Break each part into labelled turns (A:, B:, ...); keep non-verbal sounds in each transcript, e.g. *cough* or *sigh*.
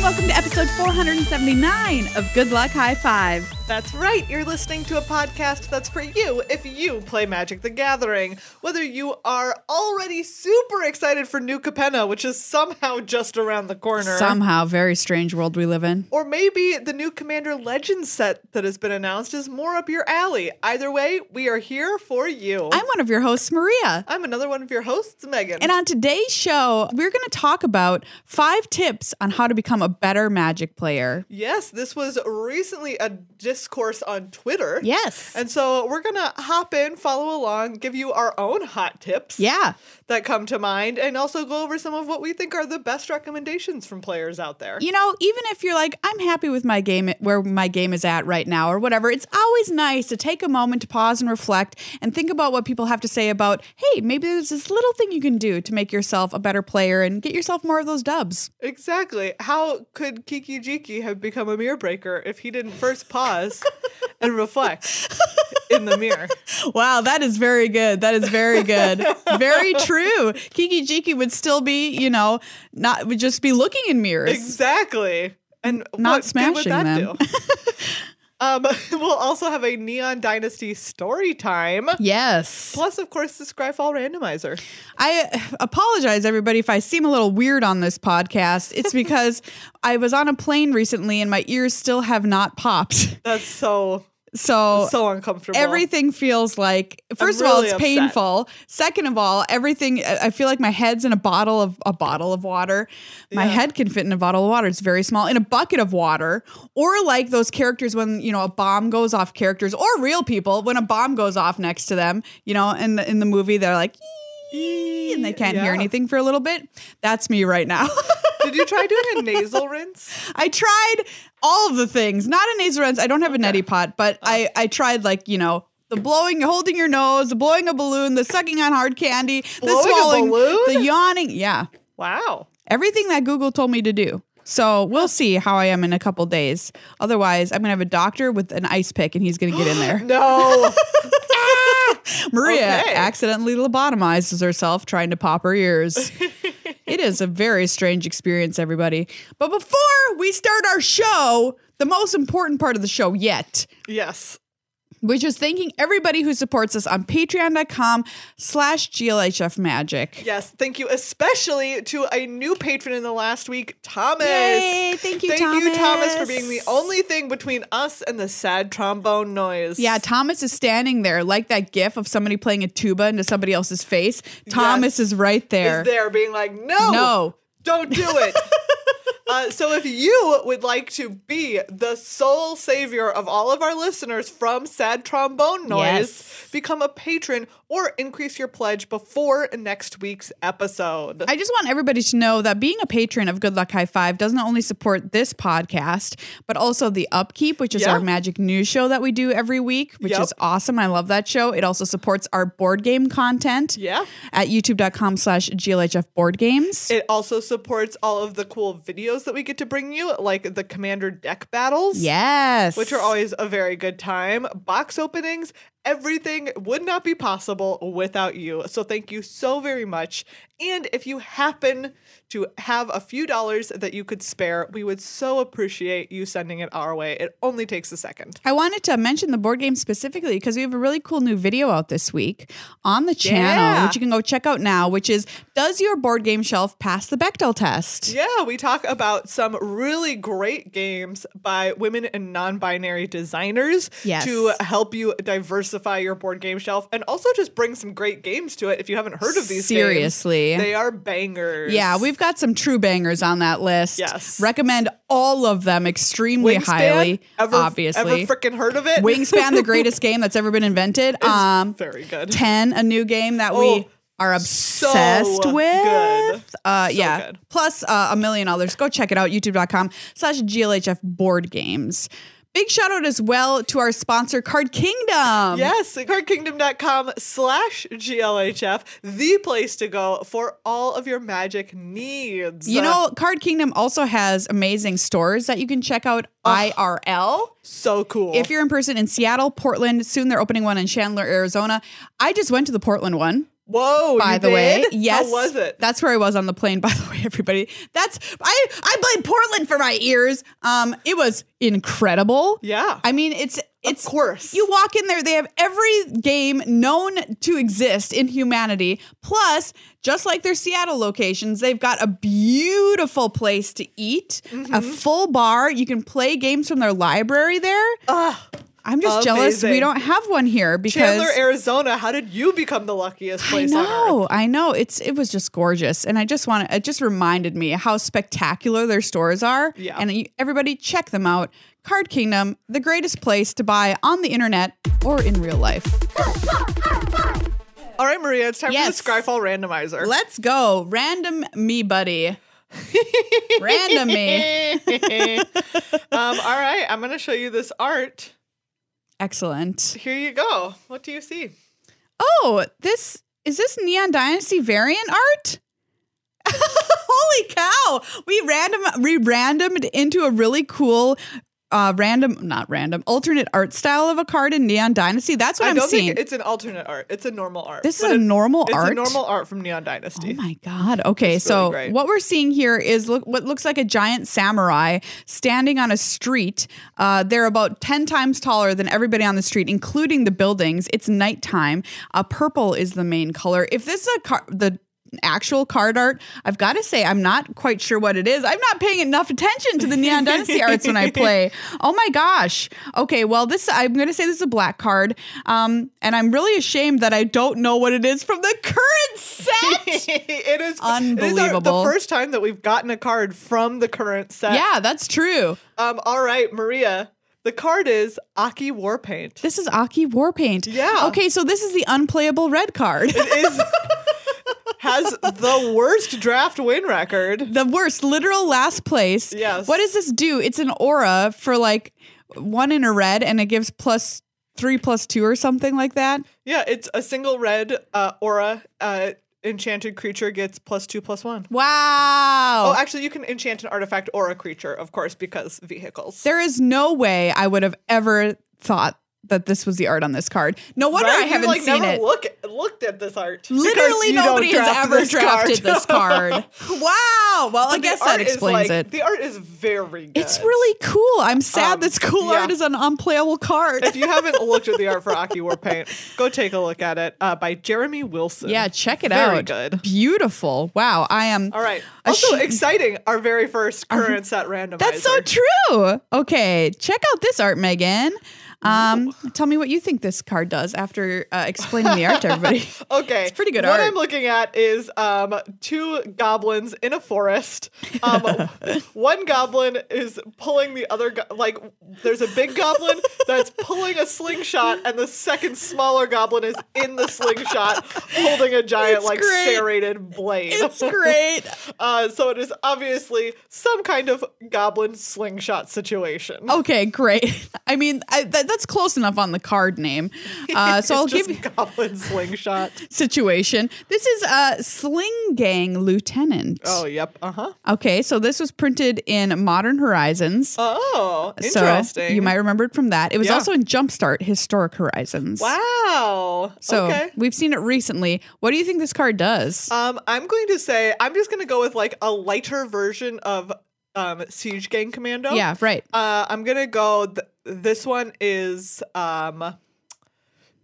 A: welcome to episode 479 of Good Luck High Five.
B: That's right, you're listening to a podcast that's for you if you play Magic the Gathering. Whether you are already super excited for New Capenna, which is somehow just around the corner,
A: Somehow, very strange world we live in.
B: or maybe the new Commander Legends set that has been announced is more up your alley. Either way, we are here for you.
A: I'm one of your hosts, Maria.
B: I'm another one of your hosts, Megan.
A: And on today's show, we're going to talk about five tips on how to become a better magic player.
B: Yes, this was recently a discourse on Twitter.
A: Yes.
B: And so we're going to hop in, follow along, give you our own hot tips
A: Yeah.
B: that come to mind, and also go over some of what we think are the best recommendations from players out there.
A: You know, even if you're like, I'm happy with my game, where my game is at right now, or whatever, it's always nice to take a moment to pause and reflect and think about what people have to say about, hey, maybe there's this little thing you can do to make yourself a better player and get yourself more of those dubs.
B: Exactly. How could Kiki Jiki have become a mirror breaker if he didn't
A: *laughs*
B: first pause and reflect in the mirror?
A: Wow, that is very good. That is very good. very true. Kiki Jiki would still be, you know, not would just be looking in mirrors.
B: Exactly. And
A: Not
B: what good would
A: smashing
B: that
A: them.
B: do? *laughs* um, *laughs* we'll also have a Neon Dynasty story time.
A: Yes.
B: Plus, of course, the Scryfall randomizer.
A: I apologize, everybody, if I seem a little weird on this podcast. It's because I was on a plane recently and my ears still have not popped.
B: That's so
A: So,
B: so uncomfortable.
A: Oh, everything feels like, first of all,
B: really
A: it's
B: upset.
A: painful. Second of all, everything, I I feel like my head's in a bottle of a bottle of water. My
B: Yeah.
A: head can fit in a bottle of water. It's very small, in a bucket of water, or like those characters when, you know, a bomb goes off characters or real people when a bomb goes off next to them, you know, in the, in the movie, they're like, and they can't hear
B: Yeah.
A: anything for a little bit. That's me right now. *laughs*
B: Did you try doing a nasal rinse?
A: I tried all of the things, not a nasal rinse. I don't have a neti pot, but I,
B: Oh.
A: I tried like, you know, the blowing, holding your nose, the blowing a balloon, the sucking on hard candy, the
B: Blowing a
A: swallowing,
B: balloon?
A: the yawning. Yeah.
B: Wow.
A: Everything that Google told me to do. So we'll see how I am in a couple days. Otherwise, I'm going to have a doctor with an ice pick and he's going to get in there.
B: No.
A: *laughs* Maria
B: Okay.
A: accidentally lobotomizes herself trying to pop her *laughs* ears. it is a very strange experience, everybody. But before we start our show, the most important part of the show yet,
B: yes.
A: which is thanking everybody who supports us on patreon.com slash glhf magic.
B: Yes. Thank you, especially to a new patron in the last week, Thomas.
A: Yay, thank you,
B: thank you, Thomas, for
A: Thomas.
B: being the only thing between us and the sad trombone noise.
A: Yeah, Thomas is standing there like that gif of somebody playing a tuba into somebody else's face. Thomas is right there.
B: is there being like, no,
A: No.
B: don't do
A: *laughs*
B: it. Uh, so, if you would like to be the sole savior of all of our listeners from sad trombone noise,
A: Yes.
B: become a patron or increase your pledge before next week's episode.
A: I just want everybody to know that being a patron of Good Luck High Five doesn't only support this podcast, but also the Upkeep, which is
B: Yeah.
A: our magic news show that we do every week, which
B: Yep.
A: is awesome. I love that show. It also supports our board game content
B: yeah.
A: at youtube.com slash GLHF board games.
B: It also supports all of the cool videos that we get to bring you, like the Commander deck battles.
A: yes.
B: Which are always a very good time. Box openings, everything would not be possible without you. So thank you so very much. And if you happen to have a few dollars that you could spare, we would so appreciate you sending it our way. It only takes a second.
A: I wanted to mention the board game specifically because we have a really cool new video out this week on the channel,
B: Yeah.
A: which you can go check out now, which is Does Your Board Game Shelf Pass the Bechtel Test?
B: Yeah, we talk about some really great games by women and non binary designers
A: Yes.
B: to help you diversify your board game shelf and also just bring some great games to it. If you haven't heard of these, games,
A: Seriously.
B: they are bangers.
A: Yeah, we've got some true bangers on that list.
B: Yes.
A: Recommend all of them extremely
B: Wingspan,
A: highly,
B: ever,
A: obviously.
B: Ever freaking heard of it?
A: Wingspan, the greatest game that's ever been invented.
B: It's
A: Um,
B: very good.
A: 10, a new game that we
B: Oh,
A: are obsessed
B: so
A: with.
B: good.
A: Uh,
B: So
A: yeah.
B: good.
A: Plus uh, a million others. Go check it out, youtube.com slash GLHF board games. Big shout out as well to our sponsor, Card Kingdom.
B: *laughs* Yes, cardkingdom.com slash GLHF, the place to go for all of your magic needs.
A: You know, Card Kingdom also has amazing stores that you can check out IRL.
B: so cool.
A: If you're in person in Seattle, Portland, soon they're opening one in Chandler, Arizona. I just went to the Portland one.
B: Whoa!
A: by
B: you
A: the way.
B: did?
A: Yes.
B: How was it?
A: That's where I was on the plane, *laughs* by the way, everybody. That's I I blame Portland for my ears. Um, it was incredible.
B: yeah.
A: I mean, it's it's
B: of course.
A: you walk in there, they have every game known to exist in humanity. Plus, just like their Seattle locations, they've got a beautiful place to eat, a
B: Mm-hmm.
A: full bar. You can play games from their library there.
B: Ugh.
A: I'm just jealous we
B: Amazing.
A: don't have one here because
B: Chandler, Arizona. How did you become the luckiest
A: I
B: place on earth?
A: know, I know. It's it was just gorgeous, and I just want to. It just reminded me how spectacular their stores are.
B: Yeah.
A: and you, everybody check them out. Card Kingdom, the greatest place to buy on the internet or in real life.
B: All right, Maria, it's time
A: Yes.
B: for the Skyfall randomizer.
A: Let's go, random me, buddy. random
B: *laughs*
A: me.
B: um, all right, I'm going to show you this art.
A: Excellent.
B: Here you go. What do you see?
A: Oh, this is this Neon Dynasty variant art? *laughs* Holy cow! We random we randomed into a really cool uh random not random alternate art style of a card in Neon Dynasty. That's what
B: I
A: I am
B: don't
A: seeing.
B: think it's an alternate art. It's a normal art.
A: this is
B: But
A: a
B: it-
A: normal
B: it's
A: art.
B: a normal art from
A: Oh
B: Neon Dynasty. *laughs*
A: my god. Okay,
B: It's really
A: so
B: great.
A: what we're seeing here is look what looks like a giant samurai standing on a street. Uh, they're about ten times taller than everybody on the street, including the buildings. It's nighttime. Uh, purple is the main color. If this is a car, the actual card art, I've got to say I'm not quite sure what it is. I'm not paying enough attention to the Neon
B: *laughs*
A: Dynasty arts when I play. Oh my gosh. Okay, well this I'm going to say this is a black card, um, and I'm really ashamed that I don't know what it is from the current set.
B: it is It is our, the
A: Unbelievable.
B: first time that we've gotten a card from the current set.
A: Yeah, that's true.
B: Um, all right, Maria. The card is Aki Warpaint.
A: This is Aki Warpaint.
B: Yeah.
A: Okay, so this is the unplayable red
B: *laughs*
A: card. *laughs*
B: is has the worst draft win record.
A: the worst, literal last place.
B: Yes.
A: What does this do? It's an aura for like one in a red and it gives plus three plus two or something like that.
B: Yeah, it's a single red uh, aura. Uh, enchanted creature gets plus two plus one.
A: Wow.
B: Oh, actually, you can enchant an artifact or a creature, of course, because vehicles.
A: there is no way I would have ever thought that this was the art on this card. No wonder
B: Right?
A: I
B: You,
A: haven't
B: like,
A: seen
B: never
A: it.
B: Look, looked at this art. because
A: Literally
B: you don't
A: nobody has
B: draft
A: ever
B: this
A: drafted
B: *laughs* card.
A: this card. wow. Well, I
B: The
A: guess
B: art
A: that
B: is,
A: explains
B: like-
A: it.
B: The art is very good.
A: It's really cool. I'm sad
B: Um,
A: this cool
B: yeah.
A: art is an unplayable card.
B: *laughs* If you haven't looked at the art for Aki War Paint, go take a look at it uh, by Jeremy Wilson.
A: Yeah, check it
B: Very
A: out.
B: good.
A: Beautiful. Wow. I am.
B: All right.
A: A
B: Also
A: sh-
B: exciting, our very first current set randomizer.
A: That's so true. Okay, check out this art, Megan. Um, tell me what you think this card does after uh, explaining the art to
B: *laughs*
A: everybody.
B: Okay.
A: It's pretty good
B: what
A: art.
B: I'm looking at is um, two goblins in a forest.
A: *laughs*
B: Um, one goblin is pulling the other, go- like, there's a big goblin that's pulling a slingshot, and the second smaller goblin is in the slingshot holding a giant,
A: It's
B: like,
A: great.
B: serrated blade.
A: it's great.
B: *laughs* Uh, so it is obviously some kind of goblin slingshot situation.
A: *laughs* Okay, great. *laughs* I mean, I, that, that's close enough on the card
B: *laughs*
A: name. Uh, so
B: It's
A: I'll
B: just
A: give you *laughs*
B: goblin slingshot.
A: situation. This is a uh, Sling Gang Lieutenant.
B: Oh, yep. Uh huh.
A: Okay, so this was printed in Modern Horizons.
B: Oh,
A: So
B: interesting.
A: you might remember it from that. It was
B: Yeah.
A: also in Jumpstart Historic Horizons.
B: Wow.
A: So
B: okay.
A: we've seen it recently. What do you think this card does?
B: Um, I'm going to say I'm just going to go with like a lighter version of um Siege Gang Commando.
A: yeah, right.
B: Uh, I'm gonna go. Th- this one is um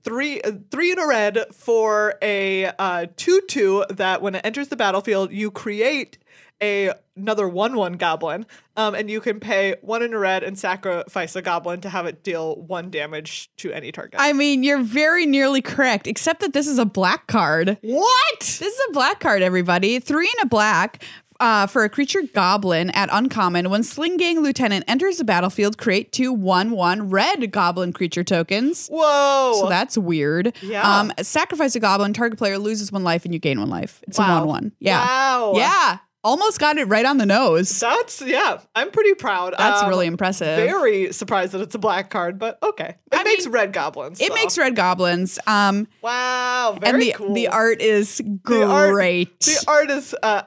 B: three uh, three in a red for a uh two two that when it enters the battlefield you create a another one one goblin um and you can pay one in a red and sacrifice a goblin to have it deal one damage to any target.
A: I mean, you're very nearly correct, except that this is a black card.
B: what?
A: This is a black card, everybody. Three and a black. Uh, for a creature goblin at uncommon, when Sling Gang Lieutenant enters the battlefield, create two 1 1 red goblin creature tokens.
B: Whoa!
A: So that's weird.
B: Yeah.
A: Um, sacrifice a goblin, target player loses one life and you gain one life. It's
B: Wow.
A: a 1 1. Yeah.
B: Wow.
A: Yeah. Almost got it right on the nose.
B: That's yeah. I'm pretty proud.
A: That's
B: Um,
A: really impressive.
B: very surprised that it's a black card, but okay. It
A: I
B: makes
A: mean,
B: red goblins.
A: It
B: so.
A: makes red goblins. Um,
B: wow very
A: and the
B: cool.
A: the art is
B: The
A: great
B: art- The art is uh,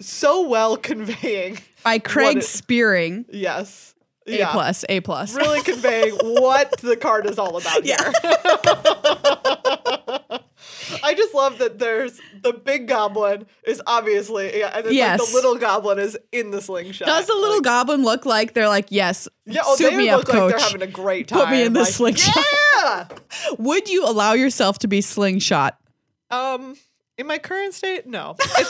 B: so well conveying. *laughs*
A: by Craig
B: it-
A: Spearing.
B: Yes.
A: A plus, A plus. *laughs*
B: Really conveying what the card is all about
A: Yeah.
B: here. *laughs* I I just love that there's the big goblin is obviously yeah, and then like
A: Yes.
B: the little goblin is in the slingshot.
A: Does the little
B: Like,
A: goblin look like they're like, yes,
B: yeah, oh,
A: suit
B: they
A: me
B: look
A: up,
B: like
A: coach.
B: they're having a great time.
A: Put me in the
B: like,
A: slingshot.
B: Yeah.
A: Would you allow yourself to be slingshot?
B: Um, in my current state, no. If,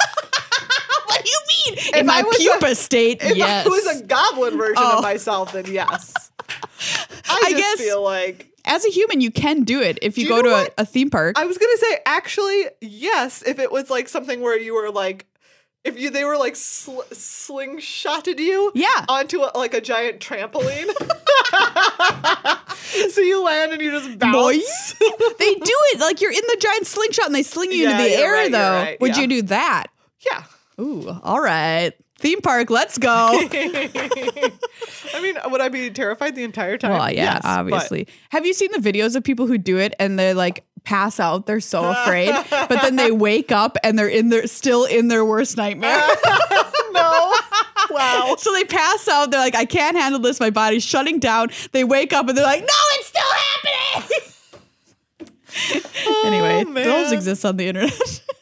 A: What do you mean?
B: If
A: In my
B: I was a-
A: pupa state,
B: if
A: yes.
B: I was a goblin version
A: Oh.
B: of myself, then yes. I,
A: *laughs* I
B: just
A: guess-
B: feel like
A: As a human, you can do it if you,
B: Do
A: go
B: you know
A: to a,
B: what?
A: a theme park.
B: I was gonna say actually yes if it was like something where you were like if you they were like sl- slingshotted you
A: Yeah.
B: onto a, like a giant trampoline *laughs* so you land and you just bounce
A: Boys. *laughs* they do it like you're in the giant slingshot and they sling you
B: Yeah,
A: into the
B: you're
A: air,
B: right, you're
A: though.
B: right,
A: Would
B: yeah.
A: you do that?
B: yeah *laughs*
A: Ooh, all right. Theme park, let's
B: *laughs*
A: go.
B: I mean would I be terrified the entire time
A: well, yeah,
B: Yes, but-
A: obviously. Have you seen the videos of people who do it and they like pass out? They're so afraid, but then
B: *laughs*
A: they wake up and they're in their still in their worst nightmare.
B: no *laughs* wow
A: *laughs* so they pass out. They're like, I can't handle this. My body's shutting down. They wake up and they're like, No, it's still happening. *laughs* anyway, those
B: man.
A: exist on the internet. *laughs*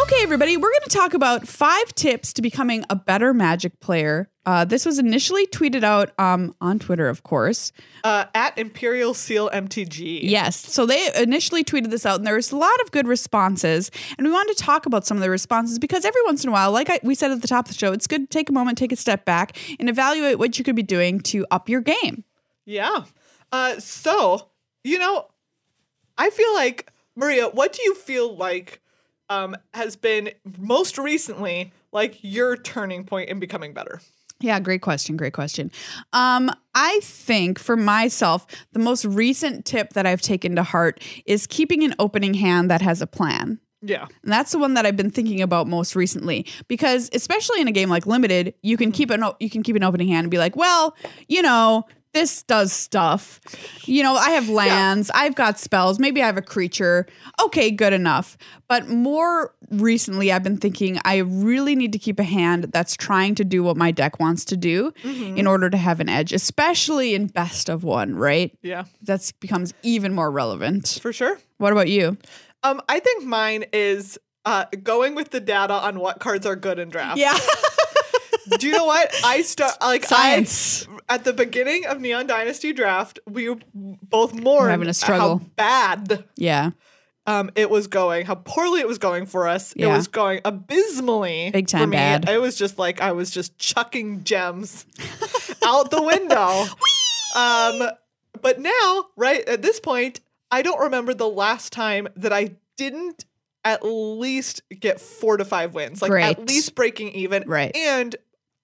A: Okay, everybody, we're going to talk about five tips to becoming a better magic player. Uh, this was initially tweeted out um, on Twitter, of course.
B: uh, at Imperial Seal MTG
A: Yes. So they initially tweeted this out, and there was a lot of good responses. And we wanted to talk about some of the responses because every once in a while, like I, we said at the top of the show, it's good to take a moment, take a step back, and evaluate what you could be doing to up your game.
B: Yeah. Uh, so, you know, I feel like, Maria, what do you feel like um, has been most recently like your turning point in becoming better?
A: Yeah, great question. Great question. Um, I think for myself, the most recent tip that I've taken to heart is keeping an opening hand that has a plan.
B: Yeah.
A: And that's the one that I've been thinking about most recently because especially in a game like limited, you can keep an o- you can keep an opening hand and be like, "Well, you know, this does stuff. You know, I have lands, I've got spells, maybe I have a creature. Okay, good enough." But more recently, I've been thinking I really need to keep a hand that's trying to do what my deck wants to do in order to have an edge, especially in best of one, right?
B: Yeah,
A: That's becomes even more relevant.
B: for sure.
A: What about you?
B: Um, I think mine is uh, going with the data on what cards are good in draft.
A: Yeah.
B: Do you know what? I start
A: *laughs*
B: like
A: Science.
B: I, at the beginning of Neon Dynasty draft, we both mourned
A: having a
B: how
A: struggle.
B: bad
A: yeah.
B: um, it was going, how poorly it was going for us. It
A: Yeah.
B: was going abysmally.
A: Big time
B: for me.
A: bad.
B: It was just like I was just chucking gems *laughs* out
A: *laughs*
B: the window. um, but now, right at this point, I don't remember the last time that I didn't at least get four to five wins, like
A: Great.
B: at least breaking even,
A: Right.
B: And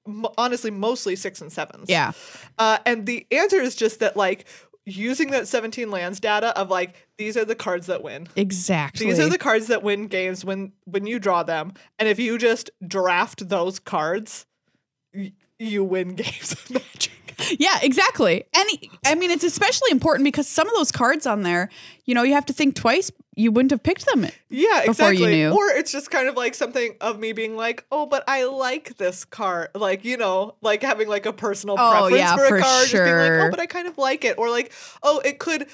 B: m- honestly, mostly six and sevens.
A: Yeah.
B: Uh, and the answer is just that, like, using that 17 lands data of like, these are the cards that win.
A: Exactly.
B: These are the cards that win games when when you draw them, and if you just draft those cards, y- you win *laughs* games of Magic.
A: yeah, exactly. Any, I mean, it's especially important because some of those cards on there, you know, you have to think twice. You wouldn't have picked them.
B: Yeah,
A: Before you
B: exactly.
A: knew.
B: Or it's just kind of like something of me being like, oh, but I like this card. Like you know, like having like a personal
A: Oh,
B: preference
A: yeah,
B: for a
A: for
B: card. Just being like,
A: sure.
B: oh, but I kind of like it. Or like, oh, it could,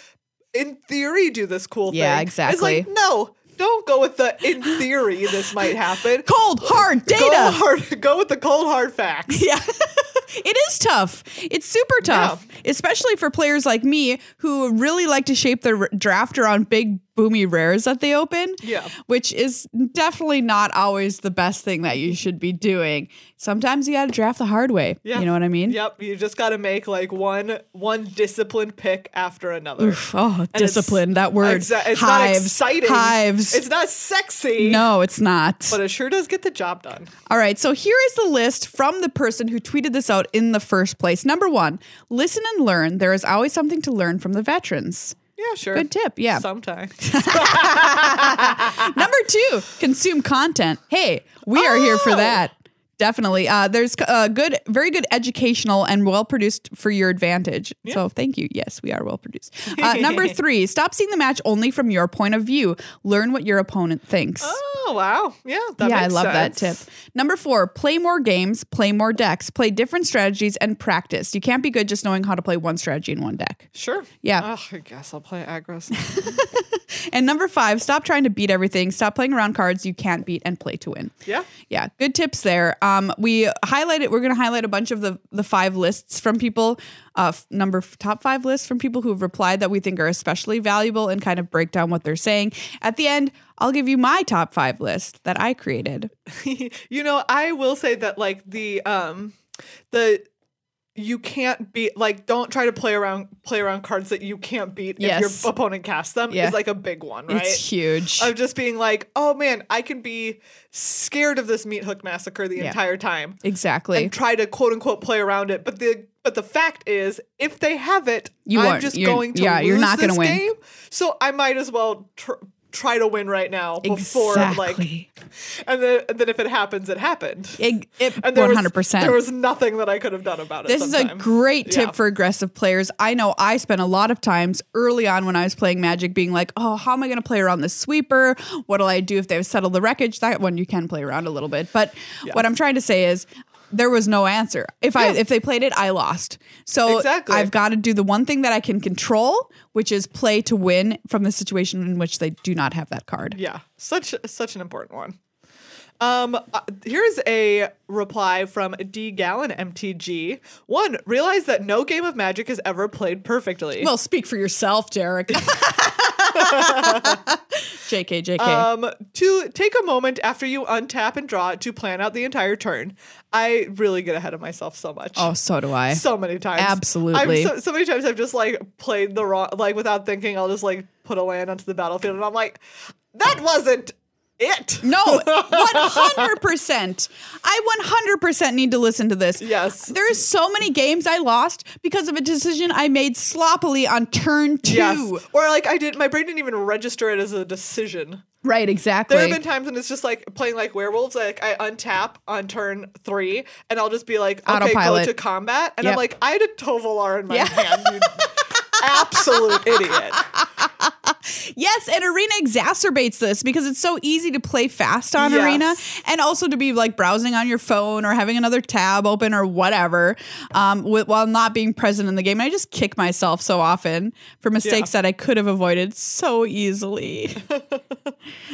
B: in theory, do this cool
A: Yeah,
B: thing.
A: exactly.
B: It's like no. Don't go with the in theory this
A: *laughs*
B: might happen.
A: Cold hard
B: Go
A: data.
B: hard. Go with the cold hard facts.
A: *laughs* Yeah. *laughs* it is tough. It's super tough, especially for players like me who really like to shape their r- draft around big boomy rares that they open.
B: Yeah.
A: Which is definitely not always the best thing that you should be doing. Sometimes you got to draft the hard way.
B: Yeah.
A: You know what I mean?
B: Yep, you just got to make like one one disciplined pick after another.
A: Oof, *laughs* oh,
B: And it's-
A: discipline. That word.
B: Exa-
A: hives.
B: it's not exciting.
A: Hives.
B: It's not
A: *laughs*
B: sexy.
A: no, it's not.
B: but it sure does get the job done.
A: All right. So here is the list from the person who tweeted this out in the first place. Number one, listen and learn. There is always something to learn from the
B: *laughs*
A: veterans.
B: Yeah, sure.
A: Good tip. Yeah. *laughs*
B: Sometimes.
A: Number two, consume content. Hey, we are here for
B: Oh.
A: that. Definitely. Uh, there's uh, good, very good educational and well produced for your advantage. So thank you. Yes, we are well
B: *laughs*
A: produced. Uh, number three, stop seeing the match only from your point of view. Learn what your opponent thinks.
B: Oh wow, yeah, that
A: yeah, I
B: makes
A: love that
B: sense.
A: tip. Number four, play more games, play more decks, play different strategies, and practice. You can't be good just knowing how to play one strategy in one deck.
B: Sure.
A: Yeah.
B: Oh, I guess I'll play aggros.
A: And number five, stop trying to beat everything. Stop playing around cards you can't beat and play to win.
B: *laughs* yeah.
A: Yeah, good tips there. Um, we highlighted. We're going to highlight a bunch of the the five lists from people. Uh, f- number f- top five lists from people who have replied that we think are especially valuable and kind of break down what they're saying. At the end, I'll give you my top five list that I created.
B: you know, I will say that like the um the you can't beat like don't try to play around play around cards that you can't beat if
A: Yes.
B: your opponent casts them
A: Yeah.
B: is like a big one, right?
A: It's huge.
B: of just being like, oh man, I can be scared of this meat hook massacre the
A: Yeah.
B: entire time
A: exactly.
B: and try to quote unquote play around it. But the but the fact is, if they have it,
A: You
B: I'm
A: aren't.
B: just
A: You're-
B: going to
A: yeah,
B: lose
A: you're not
B: this
A: gonna win.
B: game. So I might as well tr- try to win right now before like,
A: exactly.
B: and then and then if it happens, it happened.
A: It- it-
B: And there was-
A: 100%.
B: There was nothing that I could have done about it.
A: This is
B: sometimes.
A: a great tip
B: Yeah.
A: for aggressive players. I know I spent a lot of times early on when I was playing Magic being like, oh, how am I going to play around this sweeper? What'll I do if they've settled the wreckage? That one you can play around a little bit. But what I'm trying to say is, there was no answer. If I if they played it, I lost. So
B: Exactly.
A: I've got to do the one thing that I can control, which is play to win from the situation in which they do not have that card.
B: Yeah, such such an important one. Um, uh, here's a reply from D Gallon MTG. One, realize that no game of Magic is ever played perfectly.
A: Well, speak for yourself,
B: *laughs*
A: Derek. JK, JK.
B: um, two, take a moment after you untap and draw to plan out the entire turn. I really get ahead of myself so much.
A: oh, so do I.
B: so many times.
A: Absolutely.
B: I've so, so many times I've just like played the wrong, like without thinking, I'll just like put a land onto the battlefield, and I'm like, that wasn't it.
A: No, 100%.
B: *laughs*
A: I 100% need to listen to this.
B: Yes.
A: There is so many games I lost because of a decision I made sloppily on turn two.
B: Yes. Or like I did, my brain didn't even register it as a decision.
A: Right, exactly.
B: There have been times when it's just like playing like werewolves. Like I untap on turn three, and I'll just be like, okay,
A: Autopilot.
B: go to combat, and I'm
A: Yep.
B: like, I had a Tovalar in my
A: Yeah.
B: hand.
A: *laughs*
B: You absolute idiot.
A: yes, and Arena exacerbates this because it's so easy to play fast on
B: Yes.
A: Arena and also to be like browsing on your phone or having another tab open or whatever um, wi- while not being present in the game. And I just kick myself so often for mistakes that I could have avoided so easily. *laughs*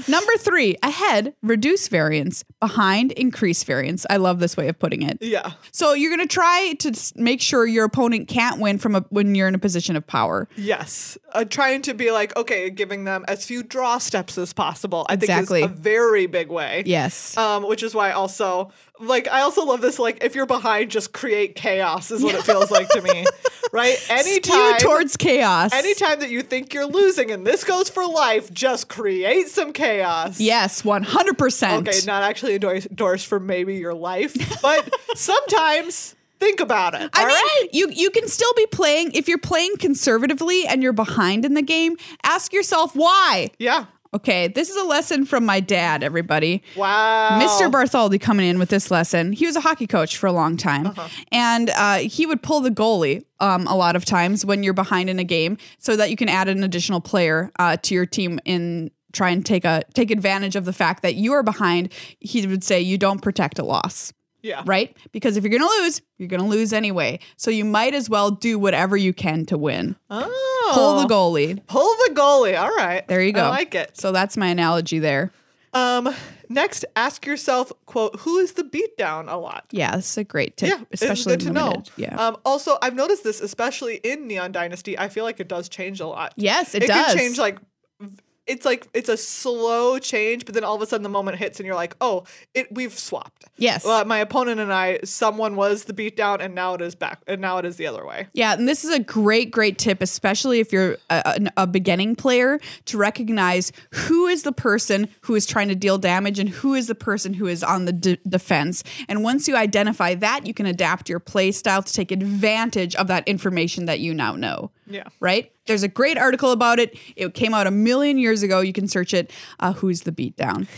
A: Number three, ahead, reduce variance, behind, increase variance. I love this way of putting it.
B: Yeah.
A: So you're going to try to s- make sure your opponent can't win from a, when you're in a position of power.
B: Yes. Uh, trying to be like, okay, giving them as few draw steps as possible. I
A: Exactly.
B: think is a very big way.
A: Yes.
B: Um, which is why also like I also love this like if you're behind, just create chaos is what it feels like
A: *laughs*
B: to me. Right? Anytime
A: Skew towards chaos.
B: Anytime that you think you're losing and this goes for life, just create some chaos.
A: Yes, one hundred percent.
B: Okay, not actually endorse, endorse for maybe your life,
A: *laughs*
B: but sometimes think about it.
A: I
B: all
A: mean,
B: right?
A: you you can still be playing if you're playing conservatively and you're behind in the game. Ask yourself why.
B: Yeah.
A: Okay, this is a lesson from my dad. Everybody.
B: Wow.
A: Mr. Bartholdi coming in with this lesson. He was a hockey coach for a long time,
B: Uh-huh.
A: and uh, he would pull the goalie um, a lot of times when you're behind in a game, so that you can add an additional player uh, to your team in try and take a take advantage of the fact that you are behind. He would say you don't protect a loss.
B: Yeah.
A: right? Because if you're going to lose, you're going to lose anyway. So you might as well do whatever you can to win.
B: Oh.
A: Pull the goalie.
B: Pull the goalie. All right.
A: There you go.
B: I like it.
A: So that's my analogy there.
B: Um, next, ask yourself, quote, who is the beatdown a lot?
A: Yeah, this is a great tip,
B: Yeah,
A: especially
B: it's good to
A: limited.
B: know.
A: Yeah.
B: Um, also, I've noticed this, especially in Neon Dynasty. I feel like it does change a lot.
A: yes, it,
B: it
A: does.
B: can change like v- it's like it's a slow change, but then all of a sudden the moment hits and you're like, oh, it we've swapped.
A: yes.
B: Well, my opponent and I, someone was the beatdown, and now it is back, and now it is the other way.
A: Yeah, and this is a great, great tip, especially if you're a, an- a beginning player, to recognize who is the person who is trying to deal damage and who is the person who is on the d- defense. And once you identify that, you can adapt your play style to take advantage of that information that you now know.
B: Yeah.
A: Right? There's a great article about it. It came out a million years ago. You can search it. Uh, Who's the Beatdown?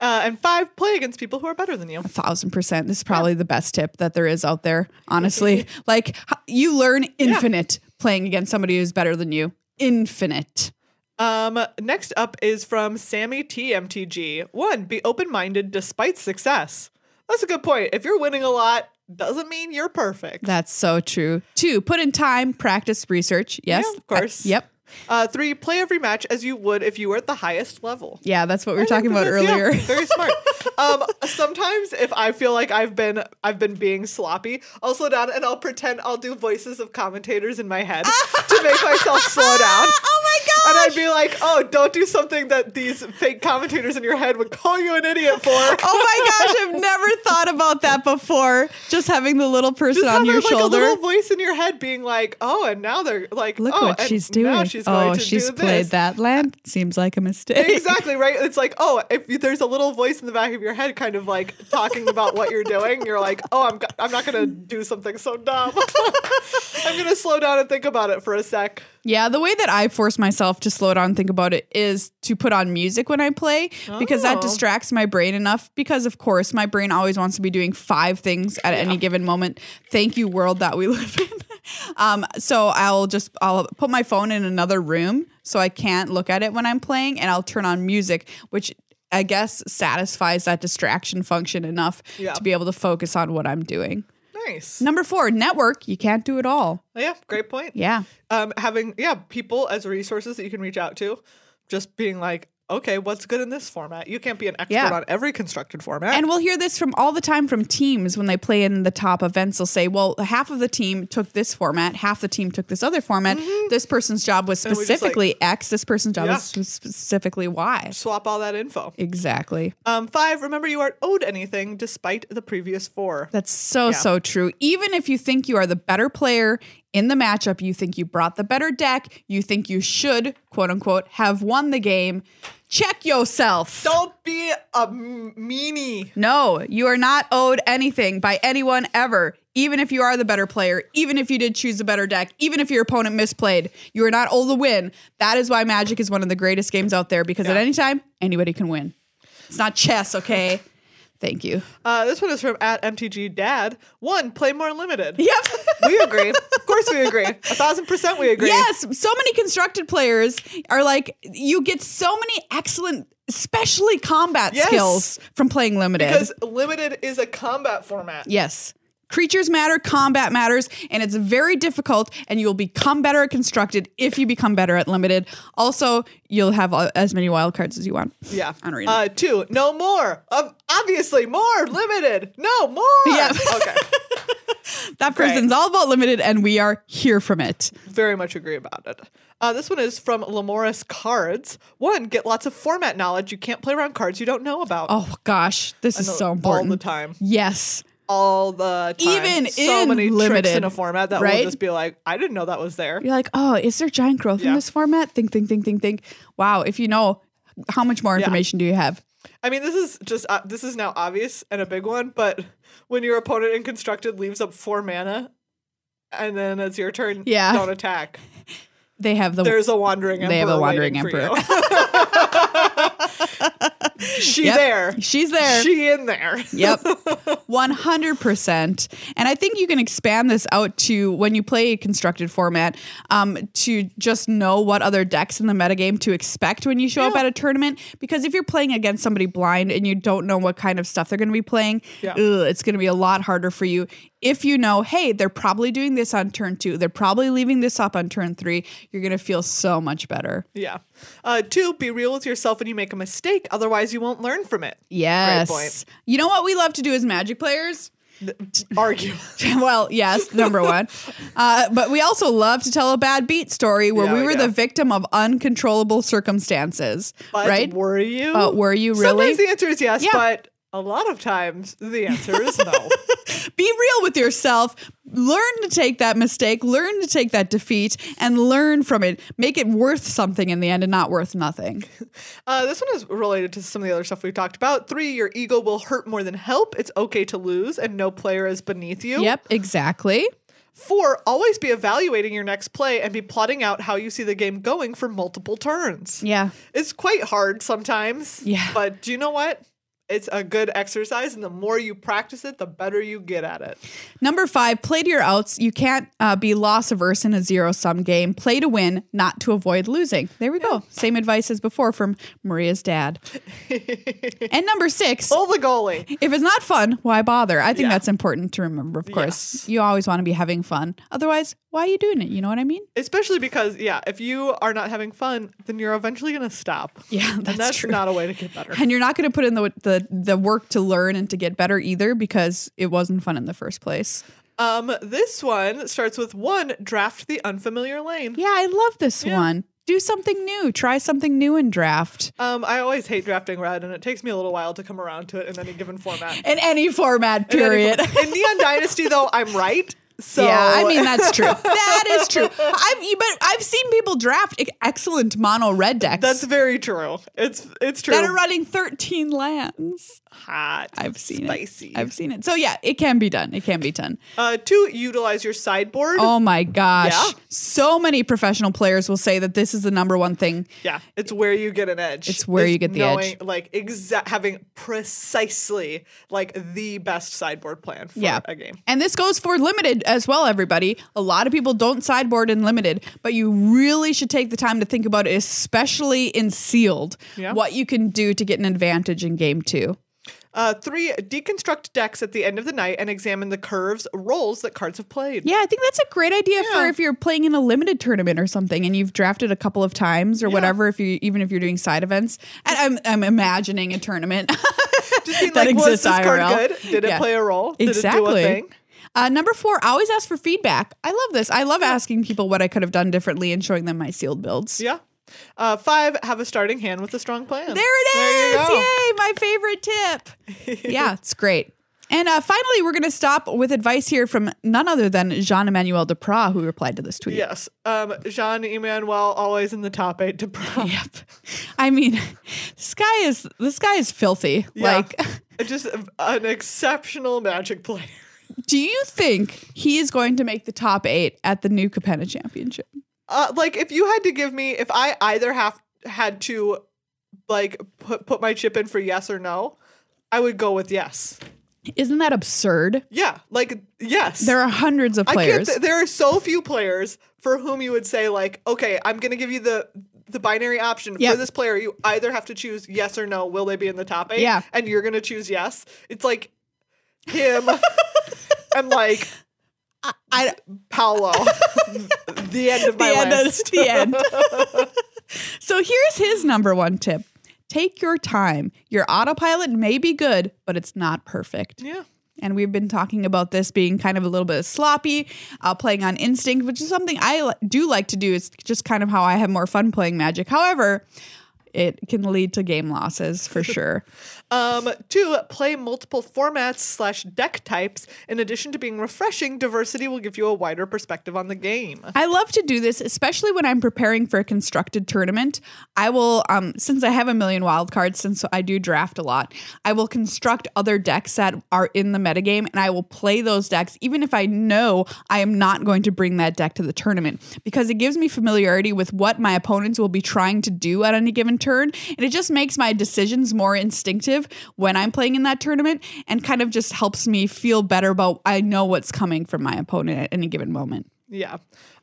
B: Uh, and five, play against people who are better than you.
A: thousand percent. This is probably the best tip that there is out there, honestly. like h- you learn infinite playing against somebody who's better than you. Infinite.
B: Um, next up is from Sammy TMTG. One, be open minded despite success. That's a good point. If you're winning a lot, doesn't mean you're perfect.
A: That's so true. Two, put in time, practice, research. Yes.
B: Yeah, of course.
A: I- yep.
B: Uh, three, play every match as you would if you were at the highest level.
A: Yeah, that's what we were
B: I
A: talking
B: think
A: about
B: that is- yeah,
A: earlier.
B: *laughs*
A: *laughs*
B: very smart. um, sometimes if I feel like I've been I've been being sloppy, I'll slow down and I'll pretend I'll do voices of commentators in my
A: *laughs*
B: head to make myself slow down.
A: oh my god.
B: And I'd be like, oh, don't do something that these fake commentators in your head would call you an idiot
A: *laughs*
B: for.
A: Oh my gosh, I've never thought about that before. Just having the little person
B: Just
A: on
B: having,
A: your
B: like
A: shoulder.
B: a little voice in your head being like, oh, and now they're like,
A: Look
B: oh,
A: what
B: and
A: she's doing.
B: Now she's going
A: oh,
B: to
A: she's
B: do this.
A: played that land. Seems like a mistake.
B: Exactly right. It's like, oh, if you- there's a little voice in the back of your head, kind of like talking about what you're doing, you're like, oh, I'm go- I'm not gonna do something so dumb. *laughs* I'm gonna slow down and think about it for a sec.
A: Yeah, the way that I force myself to slow down and think about it is to put on music when I play because
B: Oh.
A: that distracts my brain enough. Because, of course, my brain always wants to be doing five things at any given moment. Thank you, world that we *laughs* live in. um, so I'll just I'll put my phone in another room so I can't look at it when I'm playing, and I'll turn on music, which I guess satisfies that distraction function enough
B: Yeah.
A: to be able to focus on what I'm doing.
B: Nice.
A: Number four, network. You can't do it all.
B: Yeah, great point.
A: Yeah.
B: um, having yeah people as resources that you can reach out to just being like okay what's good in this format you can't be an expert
A: Yeah.
B: on every constructed *laughs* format
A: And we'll hear this from all the time from teams when they play in the top events. They'll say, well, half of the team took this format, half the team took this other format. This person's job was
B: Mm-hmm. And we just, like-
A: specifically X, this person's job
B: Yeah.
A: was sp- specifically Y.
B: swap all that info
A: Exactly.
B: um, five remember you aren't owed anything despite the previous four
A: That's so,
B: Yeah.
A: so true. Even if you think you are the better player in the matchup, you think you brought the better deck, you think you should, quote unquote, have won the game, check yourself.
B: don't be a m- meanie
A: No, you are not owed anything by anyone ever. Even if you are the better player, even if you did choose the better deck, even if your opponent misplayed, you are not owed the win. That is why Magic is one of the greatest games out there because at
B: Yeah.
A: any time, anybody can win. It's not chess,
B: *laughs*
A: okay? Thank *laughs* you.
B: uh, this one is from at mtg dad one play more limited
A: Yep.
B: we agree of course we agree a thousand percent we agree
A: Yes, so many constructed players are like, you get so many excellent, especially combat
B: Yes.
A: skills from playing limited.
B: because limited is a combat format
A: Yes. Creatures matter, combat matters, and it's very difficult, and you'll become better at constructed if you become better at limited. Also, you'll have uh, as many wild cards as you want.
B: Yeah.
A: On arena.
B: Uh, two. No more. Ob- obviously, more limited. No more.
A: Yeah.
B: *laughs* okay.
A: That person's all about limited, and we are here from it.
B: Very much agree about it. Uh, this one is from Lamoris Cards. One, get lots of format knowledge. You can't play around cards you don't know about.
A: Oh gosh, this is so important.
B: All the time.
A: Yes.
B: All the time.
A: Even
B: so
A: in
B: many tricks
A: limited,
B: in a format that
A: right?
B: will just be like, I didn't know that was there.
A: You're like, oh, is there giant growth in
B: Yeah.
A: this format? Think, think, think, think, think. Wow, if you know, how much more information do you have?
B: I mean, this is just uh, this is now obvious and a big one, but when your opponent in constructed leaves up four mana, and then it's your turn.
A: Yeah.
B: Don't attack.
A: They have the
B: There's a wandering emperor.
A: They have a wandering
B: waiting for
A: emperor.
B: you. *laughs* she
A: Yep.
B: there.
A: She's there.
B: She in there.
A: Yep.
B: *laughs*
A: 100%. And I think you can expand this out to when you play a constructed format um, to just know what other decks in the metagame to expect when you show up
B: Yeah.
A: at a tournament. Because if you're playing against somebody blind and you don't know what kind of stuff they're going to be playing,
B: Yeah.
A: ugh, it's going to be a lot harder for you. If you know, hey, they're probably doing this on turn two, they're probably leaving this up on turn three, you're going to feel so much better.
B: Yeah. Uh, two, be real with yourself when you make a mistake. Otherwise, you won't learn
A: *laughs*
B: from it.
A: Yes.
B: point.
A: You know what we love to do as magic players?
B: Argue.
A: *laughs* well, yes, number one. Uh, but we also love to tell a bad beat story where
B: Yeah,
A: we
B: we
A: were
B: do.
A: the victim of uncontrollable circumstances,
B: But
A: right?
B: were you?
A: But were you really?
B: Sometimes the answer is yes,
A: Yeah.
B: but a lot of times the answer is no.
A: Be real with yourself. Learn to take that mistake, learn to take that defeat, and learn from it. Make it worth something in the end and not worth nothing.
B: Uh, this one is related to some of the other stuff we've talked about. Three, your ego will hurt more than help. It's okay to lose, and no player is beneath you.
A: Yep, exactly.
B: Four, always be evaluating your next play and be plotting out how you see the game going for multiple turns.
A: Yeah.
B: It's quite hard sometimes.
A: Yeah.
B: But do you know what? It's a good exercise, and the more you practice it, the better you get at it.
A: Number five, play to your outs. You can't uh, be loss averse in a zero sum game. Play to win, not to avoid losing. There we go. Same advice as before from Maria's
B: *laughs*
A: dad. and number six,
B: Pull the goalie.
A: *laughs* if it's not fun, why bother? I think
B: Oh. Yeah.
A: that's important to remember, of course.
B: Yes.
A: You always want to be having fun. Otherwise, why are you doing it? You know what I mean?
B: Especially because, yeah, if you are not having fun, then you're eventually going to stop.
A: Yeah, that's
B: and that's
A: true.
B: not a way to get better.
A: and you're not going to put in the, the the work to learn and to get better either because it wasn't fun in the first place.
B: Um, this one starts with one draft the unfamiliar lane.
A: Yeah, I love this one. Do something new. Try something new in draft.
B: Um, I always hate drafting red, and it takes me a little while to come around to it in any given format.
A: In any format,
B: In
A: *laughs*
B: any
A: period.
B: for- in
A: *laughs*
B: Neon Dynasty, though, I'm right. So
A: yeah, I
B: *laughs*
A: mean that's true. That is true. I've you- but I've seen people draft e- excellent mono red decks
B: that's very true. It's it's true.
A: that are running thirteen lands.
B: Hot.
A: I've seen
B: spicy.
A: it. I've seen it. So yeah, it can be done. It can be done.
B: uh, to utilize your sideboard.
A: Oh my gosh!
B: *laughs* Yeah.
A: So many professional players will say that this is the number one thing.
B: Yeah, it's where you get an edge.
A: It's where
B: Is
A: you get the
B: knowing,
A: edge.
B: Like exact having precisely like the best sideboard plan for
A: yeah.
B: a game.
A: And this goes for limited as well, everybody. A lot of people don't sideboard in limited, but you really should take the time to think about it, especially in sealed,
B: Yeah.
A: what you can do to get an advantage in game two.
B: Uh, three, deconstruct decks at the end of the night and examine the curves, roles that cards have played.
A: Yeah, I think that's a great idea for
B: Yeah.
A: if you're playing in a limited tournament or something and you've drafted a couple of times or whatever, if you even if you're doing side events. And I'm I'm imagining a tournament. *laughs*
B: Just being
A: That
B: like, was
A: exists
B: this
A: IRL.
B: card good? Did it
A: Yeah.
B: play a role? Did it do a
A: Exactly.
B: thing?
A: Uh, number four, always ask for feedback. I love this. I love asking people what I could have done differently and showing them my sealed builds.
B: Yeah. Uh, five, have a starting hand with a strong plan.
A: There it
B: you
A: is!
B: go.
A: Yay, my favorite
B: *laughs*
A: tip. yeah, it's great. And uh, finally, we're going to stop with advice here from none other than Jean Emmanuel Duprat, who replied to this tweet.
B: Yes. Um, Jean Emmanuel always in the top eight to prom.
A: Yep. I mean, this guy is this guy is filthy.
B: *laughs* Yeah.
A: Like, *laughs*
B: Just an exceptional magic player.
A: do you think he is going to make the top eight at the new Capenna Championship?
B: Uh, like if you had to give me, if I either have had to, like put put my chip in for yes or no, I would go with yes.
A: Isn't that absurd?
B: Yeah. Like yes.
A: There are hundreds of
B: I can't.
A: players.
B: Th- there are so few players for whom you would say like, okay, I'm going to give you the the binary option
A: Yep.
B: for this player. You either have to choose yes or no. Will they be in the top eight?
A: Yeah.
B: and you're going to choose yes. It's like him *laughs* and like
A: I, *laughs*
B: Paolo. the end of my
A: the end.
B: list.
A: Of,
B: *laughs*
A: the end. *laughs* so here's his number one tip: take your time. Your autopilot may be good, but it's not perfect.
B: yeah.
A: And we've been talking about this being kind of a little bit sloppy, uh, playing on instinct, which is something I li- do like to do. It's just kind of how I have more fun playing Magic. However, it can lead to game losses for sure.
B: Um, two, play multiple formats slash deck types. In addition to being refreshing, diversity will give you a wider perspective on the game.
A: I love to do this, especially when I'm preparing for a constructed tournament. I will, um, since I have a million wild cards, since I do draft a lot, I will construct other decks that are in the metagame and I will play those decks, even if I know I am not going to bring that deck to the tournament, because it gives me familiarity with what my opponents will be trying to do at any given turn. And it just makes my decisions more instinctive when I'm playing in that tournament and kind of just helps me feel better about I know what's coming from my opponent at any given moment.
B: Yeah.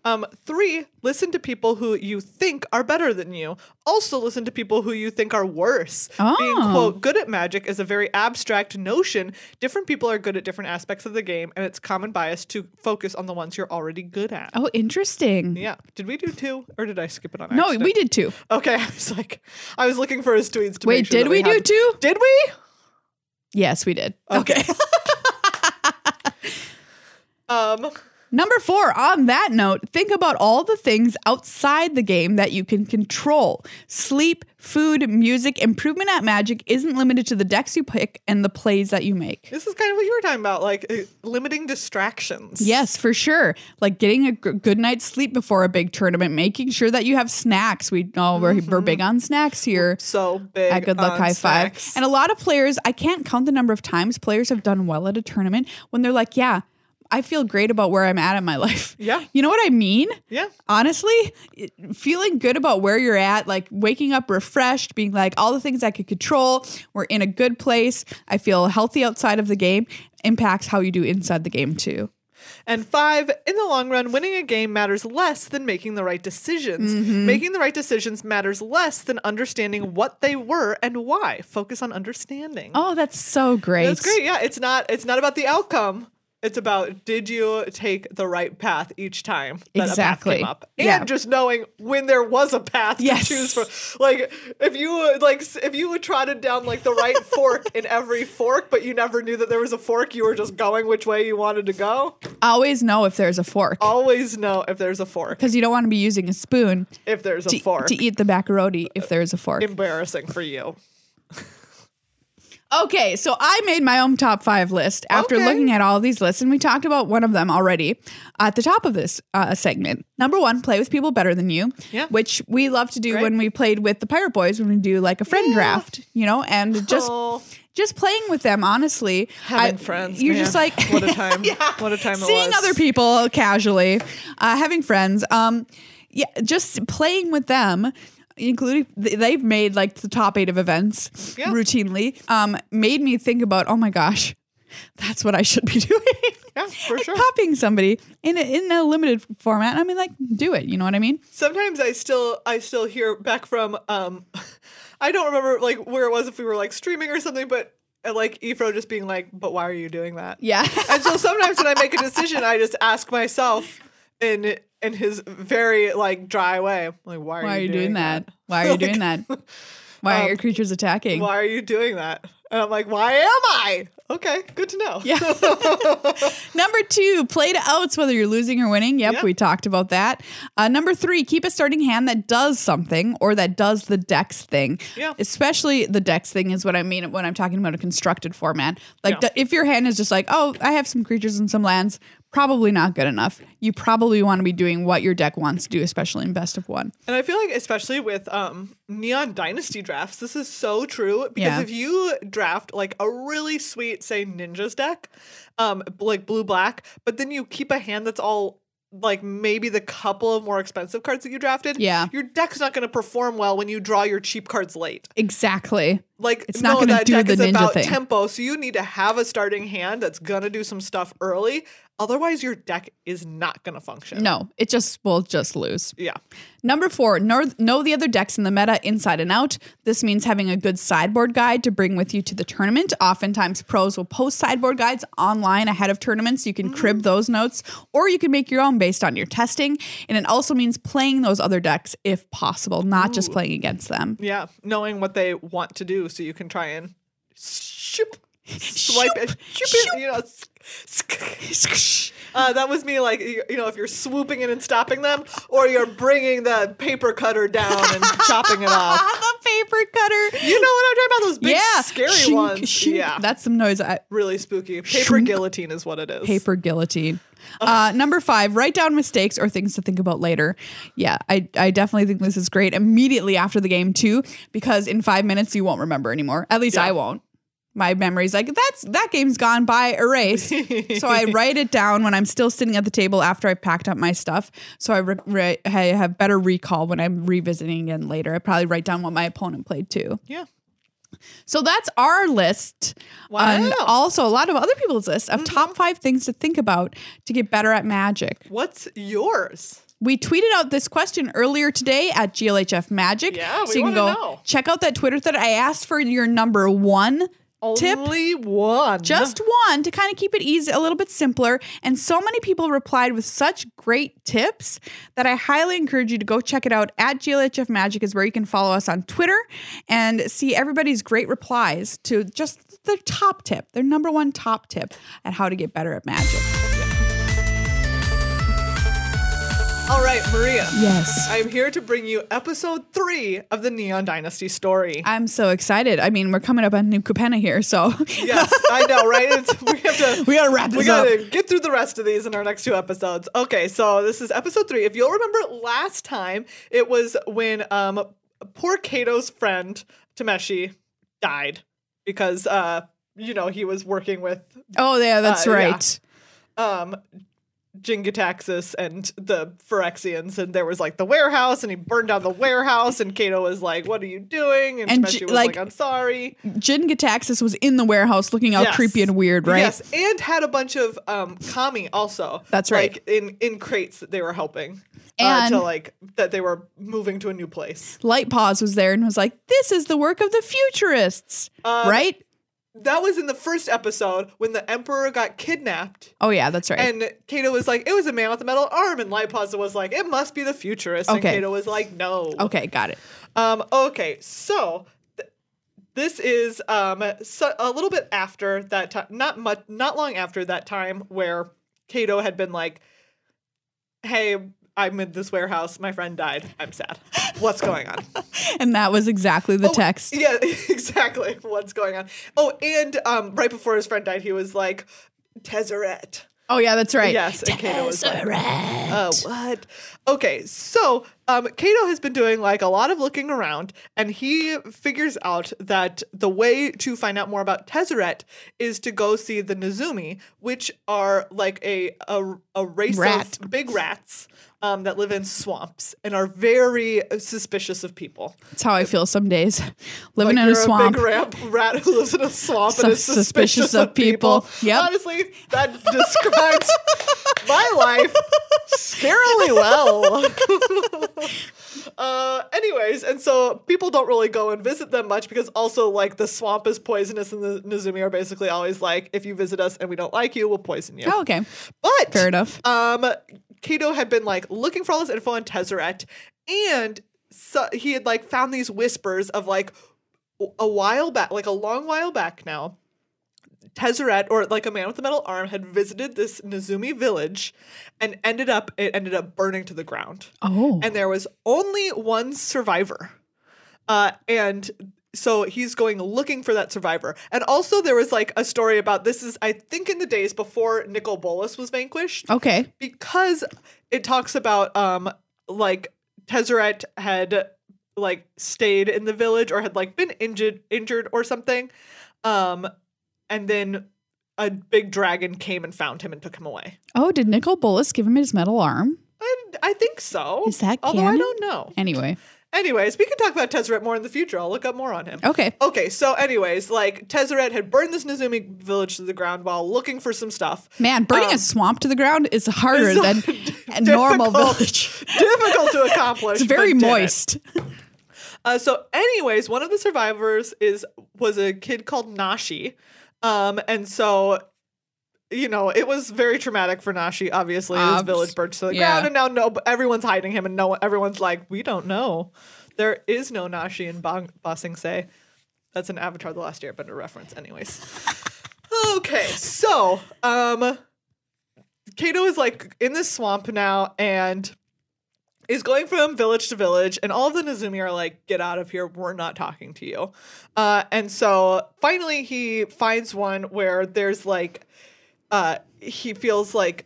B: Um, three, listen to people who you think are better than you. Also, listen to people who you think are worse. Being,
A: Oh.
B: quote, good at magic is a very abstract notion. Different people are good at different aspects of the game, and it's common bias to focus on the ones you're already good at.
A: Oh, interesting.
B: Yeah. Did we do two or did I skip it on
A: No,
B: accident?
A: we did too.
B: Okay, *laughs* I was like, I was looking for his tweets to
A: Wait,
B: make sure
A: did
B: that
A: we do
B: had-
A: two?
B: Did we?
A: Yes, we did.
B: Okay. *laughs* um,
A: Number four, on that note, think about all the things outside the game that you can control. Sleep, food, music, improvement at magic isn't limited to the decks you pick and the plays that you make.
B: this is kind of what you were talking about, like uh, limiting distractions.
A: Yes, for sure. Like getting a g- good night's sleep before a big tournament, making sure that you have snacks. We know we're, we're
B: Mm-hmm.
A: big on snacks here.
B: So big.
A: at Good Luck
B: on
A: High Five.
B: snacks.
A: And a lot of players, I can't count the number of times players have done well at a tournament when they're like, yeah. I feel great about where I'm at in my *laughs* life.
B: Yeah.
A: You know what I mean?
B: Yeah.
A: honestly, it- feeling good about where you're at, like waking up refreshed, being like, all the things I could control, we're in a good place. I feel healthy outside of the game, impacts how you do inside the game too.
B: And five, in the long run, winning a game matters less than making the right decisions.
A: Mm-hmm.
B: Making the right decisions matters less than understanding what they were and why. Focus on understanding.
A: Oh, that's so great.
B: That's great. Yeah, it's not it's not about the outcome. It's about did you take the right path each time that a path
A: Exactly.
B: came up, and
A: Yeah.
B: just knowing when there was a path
A: Yes.
B: to choose from. Like if you uh, like s- if you trotted down like the
A: *laughs*
B: right fork in every fork, but you never knew that there was a fork. You were just going which way you wanted to go.
A: Always know if there's a fork
B: Oh. Always know if there's a fork.
A: because you don't want to be using a spoon
B: If there's a
A: to,
B: fork,
A: to eat the macaroni if there is a fork.
B: embarrassing for you.
A: Okay, so I made my own top five list after
B: Okay.
A: looking at all these lists, and we talked about one of them already at the top of this uh, segment. Number one, play with people better than you,
B: Yeah.
A: which we love to do
B: Great.
A: when we played with the Pirate Boys when we do like a friend
B: Yeah.
A: draft, you know, and just
B: Oh.
A: just playing with them. Honestly,
B: Having
A: I-
B: friends,
A: you're
B: man.
A: just like
B: what
A: *laughs*
B: a time, what a time. it
A: seeing
B: was.
A: other people casually, uh, having friends, um, yeah, just playing with them. Including th- they've made like the top eight of events
B: Yeah.
A: routinely, um, made me think about oh my gosh, that's what I should be *laughs* doing.
B: Yeah, for
A: Like
B: sure.
A: Copying somebody in a, in a limited format. I mean, like do it. You know what I mean?
B: sometimes I still I still hear back from um *laughs* I don't remember like where it was if we were like streaming or something, but uh, like Ephro just being like, "But why are you doing that?"
A: Yeah.
B: And so sometimes when I make a decision, I just ask myself in in his very like dry way, like, "Why are,
A: Why are
B: you,
A: you doing that? Why are
B: *laughs*
A: you doing that? Why
B: um,
A: are your creatures attacking?
B: Why are you doing that?" And I'm like, "Why am I?" Okay, good to know. *laughs*
A: Yeah. number two, play to outs, whether you're losing or winning. Yep,
B: Yeah.
A: we talked about that. Uh, number three, keep a starting hand that does something or that does the dex thing.
B: Yeah.
A: Especially the dex thing is what I mean when I'm talking about a constructed format. Like,
B: Yeah.
A: d- if your hand is just like, oh, I have some creatures and some lands, probably not good enough. You probably want to be doing what your deck wants to do, especially in best of one.
B: And I feel like, especially with um, Neon Dynasty drafts, this is so true because
A: Yeah.
B: if you draft like a really sweet, say, Ninjas deck, um, b- like blue black, but then you keep a hand that's all like maybe the couple of more expensive cards that you drafted,
A: Yeah.
B: your deck's not going to perform well when you draw your cheap cards late.
A: Exactly.
B: Like
A: It's
B: no,
A: not gonna
B: that
A: do
B: deck
A: the
B: is
A: ninja
B: about
A: thing.
B: tempo, so you need to have a starting hand that's gonna do some stuff early. Otherwise, your deck is not gonna function.
A: No, it just will just lose.
B: Yeah.
A: Number four, know, know the other decks in the meta inside and out. This means having a good sideboard guide to bring with you to the tournament. Oftentimes, pros will post sideboard guides online ahead of tournaments. You can crib
B: Mm.
A: those notes, or you can make your own based on your testing. And it also means playing those other decks if possible, not just playing against them.
B: Yeah, knowing what they want to do, so you can try and shoop, swipe
A: *laughs*
B: it, shoop it, you know. sk- sk- Uh, that was me, like you you know, if you're swooping in and stopping them, or you're bringing the paper cutter down *laughs* and chopping it off.
A: Ah, the paper cutter.
B: You know what I'm talking about? Those big,
A: yeah,
B: scary
A: Shink,
B: ones.
A: shink.
B: Yeah,
A: that's some noise. I,
B: really spooky. Paper
A: Shunk.
B: guillotine is what it is.
A: paper guillotine. Uh, number five, write down mistakes or things to think about later. Yeah, I, I definitely think this is great immediately after the game, too, because in five minutes you won't remember anymore. At least
B: Yeah.
A: I won't. My memory's like, that's that game's gone by, erase. so I write it down when I'm still sitting at the table after I packed up my stuff. So I, re- re- I have better recall when I'm revisiting again later. I probably write down what my opponent played, too.
B: Yeah.
A: So that's our list. And
B: Wow. Mm-hmm.
A: also a lot of other people's lists of top five things to think about to get better at magic.
B: What's yours?
A: We tweeted out this question earlier today at GLHF Magic.
B: Yeah,
A: so
B: we
A: you can go
B: wanna know.
A: check out that Twitter thread. I asked for your number one tip.
B: Only one.
A: Just one to kind of keep it easy, a little bit simpler. And so many people replied with such great tips that I highly encourage you to go check it out. At GLHF Magic is where you can follow us on Twitter and see everybody's great replies to just their top tip, their number one top tip at how to get better at magic.
B: All right, Maria.
A: Yes.
B: I'm here to bring you episode three of the Neon Dynasty story.
A: I'm so excited. I mean, we're coming up on New Capenna here, so *laughs*
B: Yes, I know, right? It's, *laughs* we have to.
A: we gotta wrap
B: we
A: this up.
B: gotta get through the rest of these in our next two episodes. Okay, so this is episode three. If you'll remember last time, it was when um poor Kato's friend Tameshi died because uh you know he was working with
A: Oh yeah, that's
B: Uh, yeah.
A: right.
B: um Jingataxis and the Phyrexians, and there was like the warehouse, and he burned down the warehouse, and Kato was like, "What are you doing?" And,
A: And
B: Tameshi
A: J-
B: was like,
A: like-
B: "I'm sorry."
A: Jin Gataxis was in the warehouse looking all
B: Yes.
A: creepy and weird, right?
B: Yes, and had a bunch of um kami also.
A: That's right.
B: Like in in crates that they were helping, uh,
A: And-
B: to like that they were moving to a new place.
A: Light Paws was there and was like, "This is the work of the futurists,"
B: Um,
A: right?
B: That was in the first episode when the emperor got kidnapped.
A: Oh yeah, that's right.
B: And Kato was like, it was a man with a metal arm. And Lightpaza was like, it must be the futurist.
A: Okay.
B: And Kato was like, no.
A: okay, got it.
B: Um, okay, so th- this is um, so a little bit after that time, not much, not long after that time where Kato had been like, "Hey, I'm in this warehouse. My friend died. I'm sad. What's going on?"
A: And that was exactly the
B: Oh,
A: text.
B: Yeah, *laughs* exactly. What's going on? Oh, and um, right before his friend died, he was like, "Tezzeret."
A: Oh yeah, that's right.
B: Yes, and Kato was like,
A: Tesseract.
B: uh, what? Okay, so um, Kato has been doing like a lot of looking around, and he figures out that the way to find out more about Tezzeret is to go see the Nizumi, which are like a a, a race
A: Rat.
B: of big rats um, that live in swamps and are very suspicious of people.
A: That's how I feel some days, *laughs* living in
B: Like,
A: a
B: you're
A: swamp.
B: big ramp, rat who lives in a swamp
A: Sus-
B: and is suspicious,
A: suspicious
B: of,
A: of people.
B: people.
A: Yep.
B: Honestly, that *laughs* describes my life scarily well. *laughs* uh, anyways, and so people don't really go and visit them much because also like the swamp is poisonous, and the Nizumi are basically always like, if you visit us and we don't like you, we'll poison you.
A: Oh, okay,
B: But
A: fair enough.
B: um, Kato had been like looking for all this info on Tezzeret, and so he had like found these whispers of like w- a while back, like a long while back now. Tezzeret, or like a man with a metal arm, had visited this Nizumi village, and ended up it ended up burning to the ground,
A: Oh,
B: and there was only one survivor, uh, and. So he's going looking for that survivor. And also, there was like a story about this is, I think, in the days before Nicol Bolas was vanquished
A: okay.
B: because it talks about um like Tezzeret had like stayed in the village or had like been injured injured or something um and then a big dragon came and found him and took him away
A: Oh, did Nicol Bolas give him his metal arm?
B: and i think so
A: Is that
B: although i
A: canon?
B: don't know
A: Anyway,
B: anyways we can talk about Tezzeret more in the future i'll look up more on him
A: okay.
B: Okay, so anyways, like Tezzeret had burned this Nizumi village to the ground while looking for some stuff.
A: Man, burning a
B: Um,
A: swamp to the ground is harder
B: it's *laughs*
A: than a normal village.
B: Difficult to accomplish.
A: It's very
B: but did it.
A: moist.
B: Uh, so, anyways, one of the survivors is was a kid called Nashi, um, and so you know it was very traumatic for Nashi. Obviously, his
A: Obs-
B: village burnt to the
A: yeah.
B: ground, and now no, everyone's hiding him, and no, everyone's like, we don't know. There is no Nashi in Bang Bossing Se. That's an Avatar: The Last Airbender reference, anyways. *laughs* okay, so um, Kato is like in this swamp now, and is going from village to village, and all of the Nizumi are like, "Get out of here! We're not talking to you." Uh, and so finally, he finds one where there's like, uh, he feels like,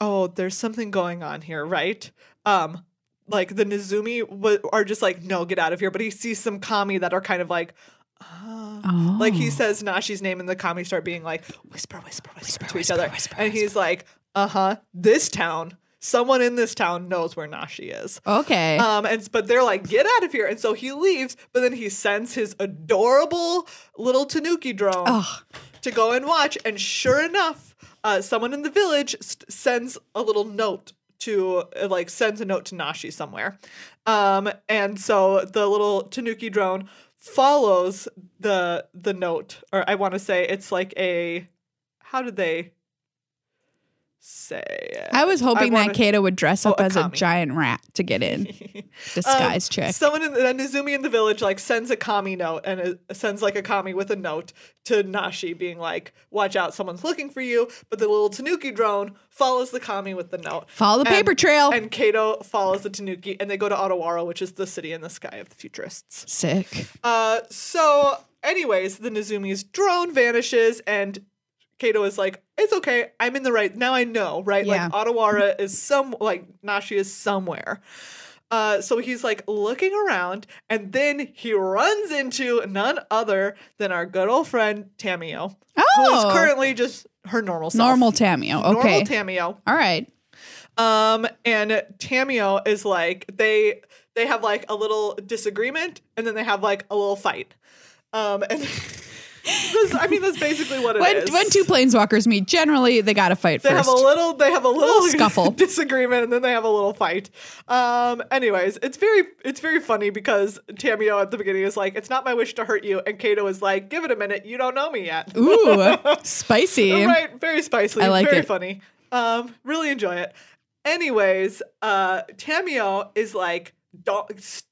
B: "Oh, there's something going on here, right?" Um, like the Nizumi wa are just like, "No, get out of here!" But he sees some kami that are kind of like. "Ah."
A: Oh.
B: Like he says Nashi's name, and the kami start being like, whisper, whisper, whisper, to each
A: whisper,
B: other.
A: whisper,
B: and he's like, uh huh, this town, someone in this town knows where Nashi is.
A: Okay.
B: Um, and but they're like, get out of here. And so he leaves, but then he sends his adorable little Tanuki drone
A: Ugh.
B: to go and watch. And sure enough, uh, someone in the village st- sends a little note to uh, like sends a note to Nashi somewhere. Um, and so the little Tanuki drone follows the the note, or I want to say it's like a how did they say it?
A: I was hoping
B: wanna-
A: that Kato would dress
B: Oh,
A: up
B: a
A: as a
B: commie.
A: giant rat to get
B: *laughs*
A: in. Disguise check.
B: Um, Someone in the a Nizumi in the village like sends a kami note and uh sends like a kami with a note to Nashi being like, "Watch out, someone's looking for you." But the little Tanuki drone follows the kami with the note.
A: Follow the
B: And-
A: paper trail.
B: And Kato follows the Tanuki, and they go to Ottawara, which is the city in the sky of the futurists.
A: Sick.
B: Uh, so, anyways, the Nizumi's drone vanishes, and Kato is like, "It's okay. I'm in the right now. I know, right?
A: Yeah.
B: Like Ottawara is some, like Nashi is somewhere." Uh, so he's like looking around, and then he runs into none other than our good old friend Tamio,
A: Oh.
B: who's currently just her normal self.
A: Normal Tamio. Okay.
B: Normal Tamio.
A: All right.
B: Um, and Tamio is like they they have like a little disagreement, and then they have like a little fight. Um, and *laughs* this, I mean that's basically what it is.
A: When, when two planeswalkers meet, generally they got to fight
B: they
A: first.
B: have a little they have a little,
A: scuffle.
B: *laughs* disagreement and then they have a little fight um anyways it's very it's very funny because tamio at the beginning is like it's not my wish to hurt you and kato is like give it a minute you don't know me yet *laughs*
A: Oow, spicy.
B: right very spicy
A: I like
B: very
A: it.
B: funny um really enjoy it anyways uh tamio is like don't s-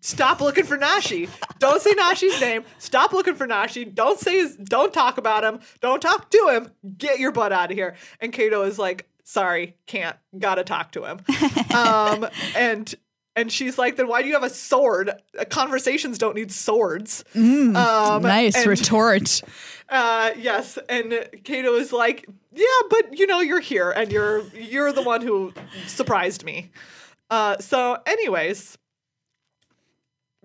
B: Stop looking for Nashi. Don't say Nashi's name. Stop looking for Nashi. Don't say his, don't talk about him. Don't talk to him. Get your butt out of here. And Kato is like, sorry, can't. Gotta talk
A: *laughs*
B: to him. Um, and and she's like, then why do you have a sword? Uh, Conversations don't need swords. um,
A: nice
B: and- *laughs*
A: retort.
B: uh, yes, and Kato is like, yeah, but you know, you're here, and you're you're the one who surprised me. Uh, so, anyways,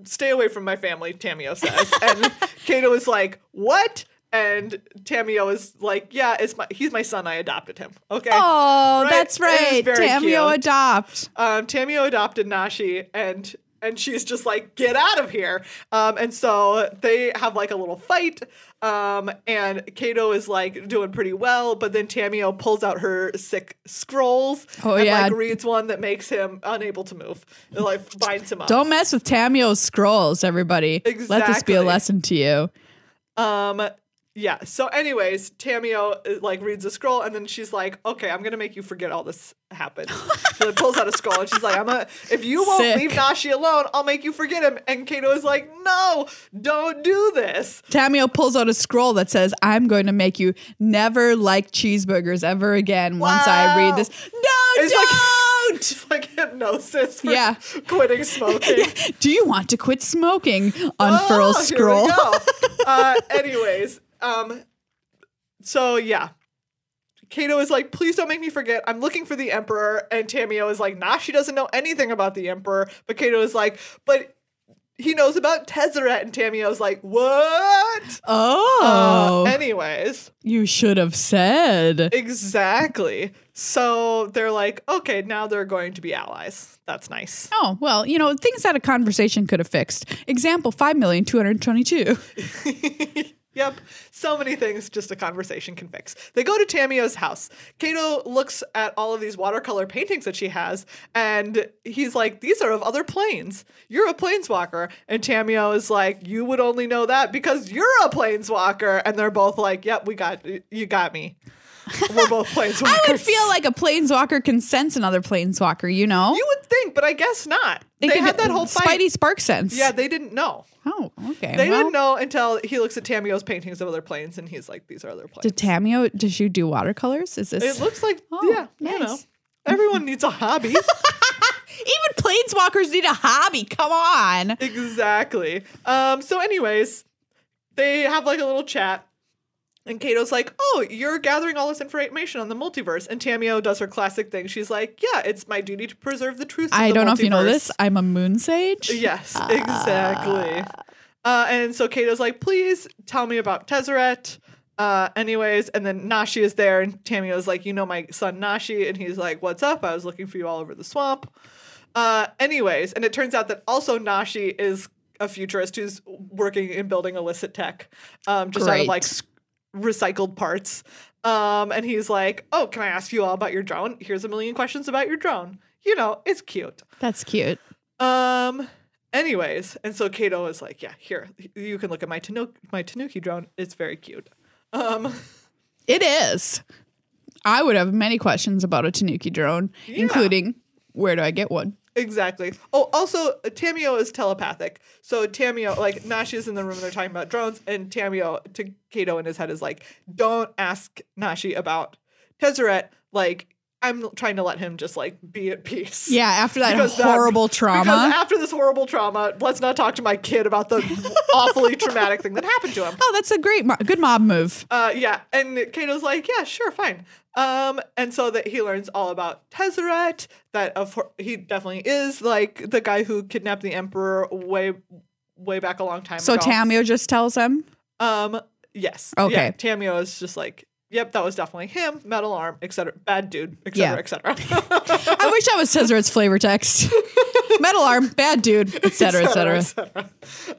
B: stay away from my family, Tamio says, and Kato is like, what? And Tamio is like, yeah, it's my he's my son. I adopted him. Okay.
A: Oh,
B: Right?
A: that's
B: It is
A: right.
B: very
A: Tamio
B: cute.
A: adopt.
B: um, Tamio adopted Nashi and and she's just like get out of here um, and so they have like a little fight um, and Kato is like doing pretty well but then Tamio pulls out her sick scrolls
A: Oh,
B: and
A: yeah.
B: like reads one that makes him unable to move it like binds him up
A: Don't mess with Tamio's scrolls, everybody. Let this be
B: Exactly.
A: a lesson to you.
B: Um, yeah. So, anyways, Tamio uh, like reads a scroll, and then she's like, "Okay, I'm gonna make you forget all this happened." so it pulls out a scroll, and she's like, "I'm a if you won't
A: Sick.
B: leave Nashi alone, I'll make you forget him." And Kato is like, "No, don't do this."
A: Tamio pulls out a scroll that says, I'm going to make you never like cheeseburgers ever again once I
B: Wow.
A: read this. No,
B: It's
A: don't!
B: *laughs* like it's like hypnosis for
A: Yeah.
B: quitting
A: *laughs*
B: smoking.
A: Do you want to quit smoking? Unfurl
B: Oh, here we
A: scroll.
B: go. uh, anyways, um, so yeah. Kato is like, please don't make me forget. I'm looking for the Emperor. And Tamio is like, nah, she doesn't know anything about the Emperor. But Kato is like, but he knows about Tezzeret. And Tamio is like, what?
A: *laughs* Oh,
B: Uh, anyways,
A: you should have said.
B: exactly. So they're like, okay, now they're going to be allies. That's nice.
A: Oh, well, you know, things that a conversation could have fixed. Example
B: *laughs*
A: 5,222.
B: Yep. So many things just a conversation can fix. They go to Tamio's house. Kato looks at all of these watercolor paintings that she has, and he's like, These are of other planes. You're a planeswalker. And Tamio is like, You would only know that because you're a planeswalker. And they're both like, Yep, we got you
A: *laughs*
B: got me. We're both planeswalkers.
A: I would feel like a planeswalker can sense another planeswalker, you know?
B: you would think, but I guess not. They,
A: can-
B: had that whole fight.
A: Spidey spark sense.
B: Yeah, they didn't know.
A: Oh, okay.
B: They
A: well,
B: didn't know until he looks at Tamio's paintings of other planes and he's like, These are other planes.
A: Did Tamio, did you do watercolors? Is this.
B: It looks like
A: Oh,
B: yeah, you know.
A: nice.
B: Everyone needs a
A: *laughs*
B: hobby.
A: Even planeswalkers need a hobby. Come on.
B: exactly. Um, so anyways, they have like a little chat. And Kato's like, oh, you're gathering all this information on the multiverse. And Tamio does her classic thing. She's like, yeah, it's my duty to preserve the truth. of
A: I
B: the
A: don't know if you know
B: multiverse."
A: this. I'm a moon sage.
B: Yes, exactly. Uh, and so Kato's like, please tell me about Tezzeret. Uh, anyways, and then Nashi is there, and Tamio's like, you know my son Nashi, and he's like, what's up? I was looking for you all over the swamp. Uh, anyways, and it turns out that also Nashi is a futurist who's working in building illicit tech, um, just out of
A: Great.
B: like s- recycled parts. Um, and he's like, oh, can I ask you all about your drone? Here's a million questions about your drone. You know, it's cute.
A: That's cute.
B: Um. Anyways, and so Kato is like, "Yeah, here you can look at my tanuki, my tanuki drone. It's very cute." Um.
A: It is. I would have many questions about a Tanuki drone, including where do I get one?
B: Exactly. Oh, also Tamio is telepathic. So Tamio, like Nashi is in the room and they're talking about drones, and Tamio to Kato in his head is like, "Don't ask Nashi about Tezzeret. Like I'm trying to let him just like be at peace.
A: Yeah, after that
B: Because that-
A: horrible
B: Because
A: trauma.
B: after this horrible trauma, let's not talk to my kid about the *laughs* awfully traumatic thing that happened to him.
A: oh, that's a great, mo- good mob move.
B: Uh, yeah, and Kato's like, yeah, sure, fine. Um, and so that he learns all about Tezzeret. That of cour- he definitely is like the guy who kidnapped the emperor way, way back a long time
A: So
B: ago.
A: Tamio just tells him.
B: Um. Yes.
A: Okay.
B: Yeah, Tamio is just like, yep, that was definitely him. Metal arm, etc. Bad dude,
A: Yeah.
B: etc. Cetera, etc.
A: I wish that was Tesseret's flavor text. *laughs* Metal arm, bad dude, etc.,
B: *laughs*
A: etc.
B: etc.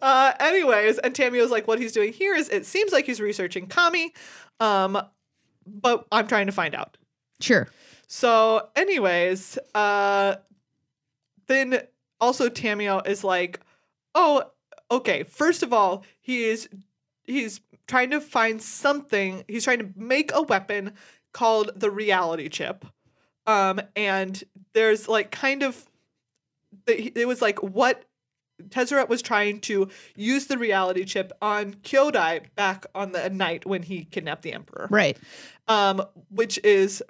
B: Uh, anyways, and Tamio's like, what he's doing here is it seems like he's researching Kami, um, but I'm trying to find out.
A: Sure.
B: So, anyways, uh, then also Tamio is like, oh, okay. First of all, he is he's trying to find something. He's trying to make a weapon called the Reality Chip, um, and there's like kind of the, it was like what. Tezzeret was trying to use the reality chip on Kyodai back on the night when he kidnapped the emperor
A: Right.
B: um, which is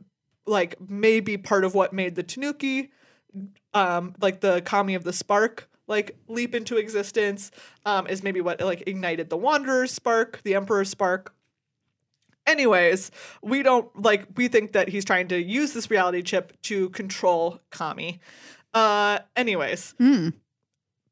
B: like maybe part of what made the Tanuki, um, like the Kami of the Spark, like leap into existence, um, is maybe what like ignited the Wanderer's Spark, the Emperor's Spark. Anyways, we don't like we think that he's trying to use this reality chip to control Kami. Uh, anyways,
A: Hmm.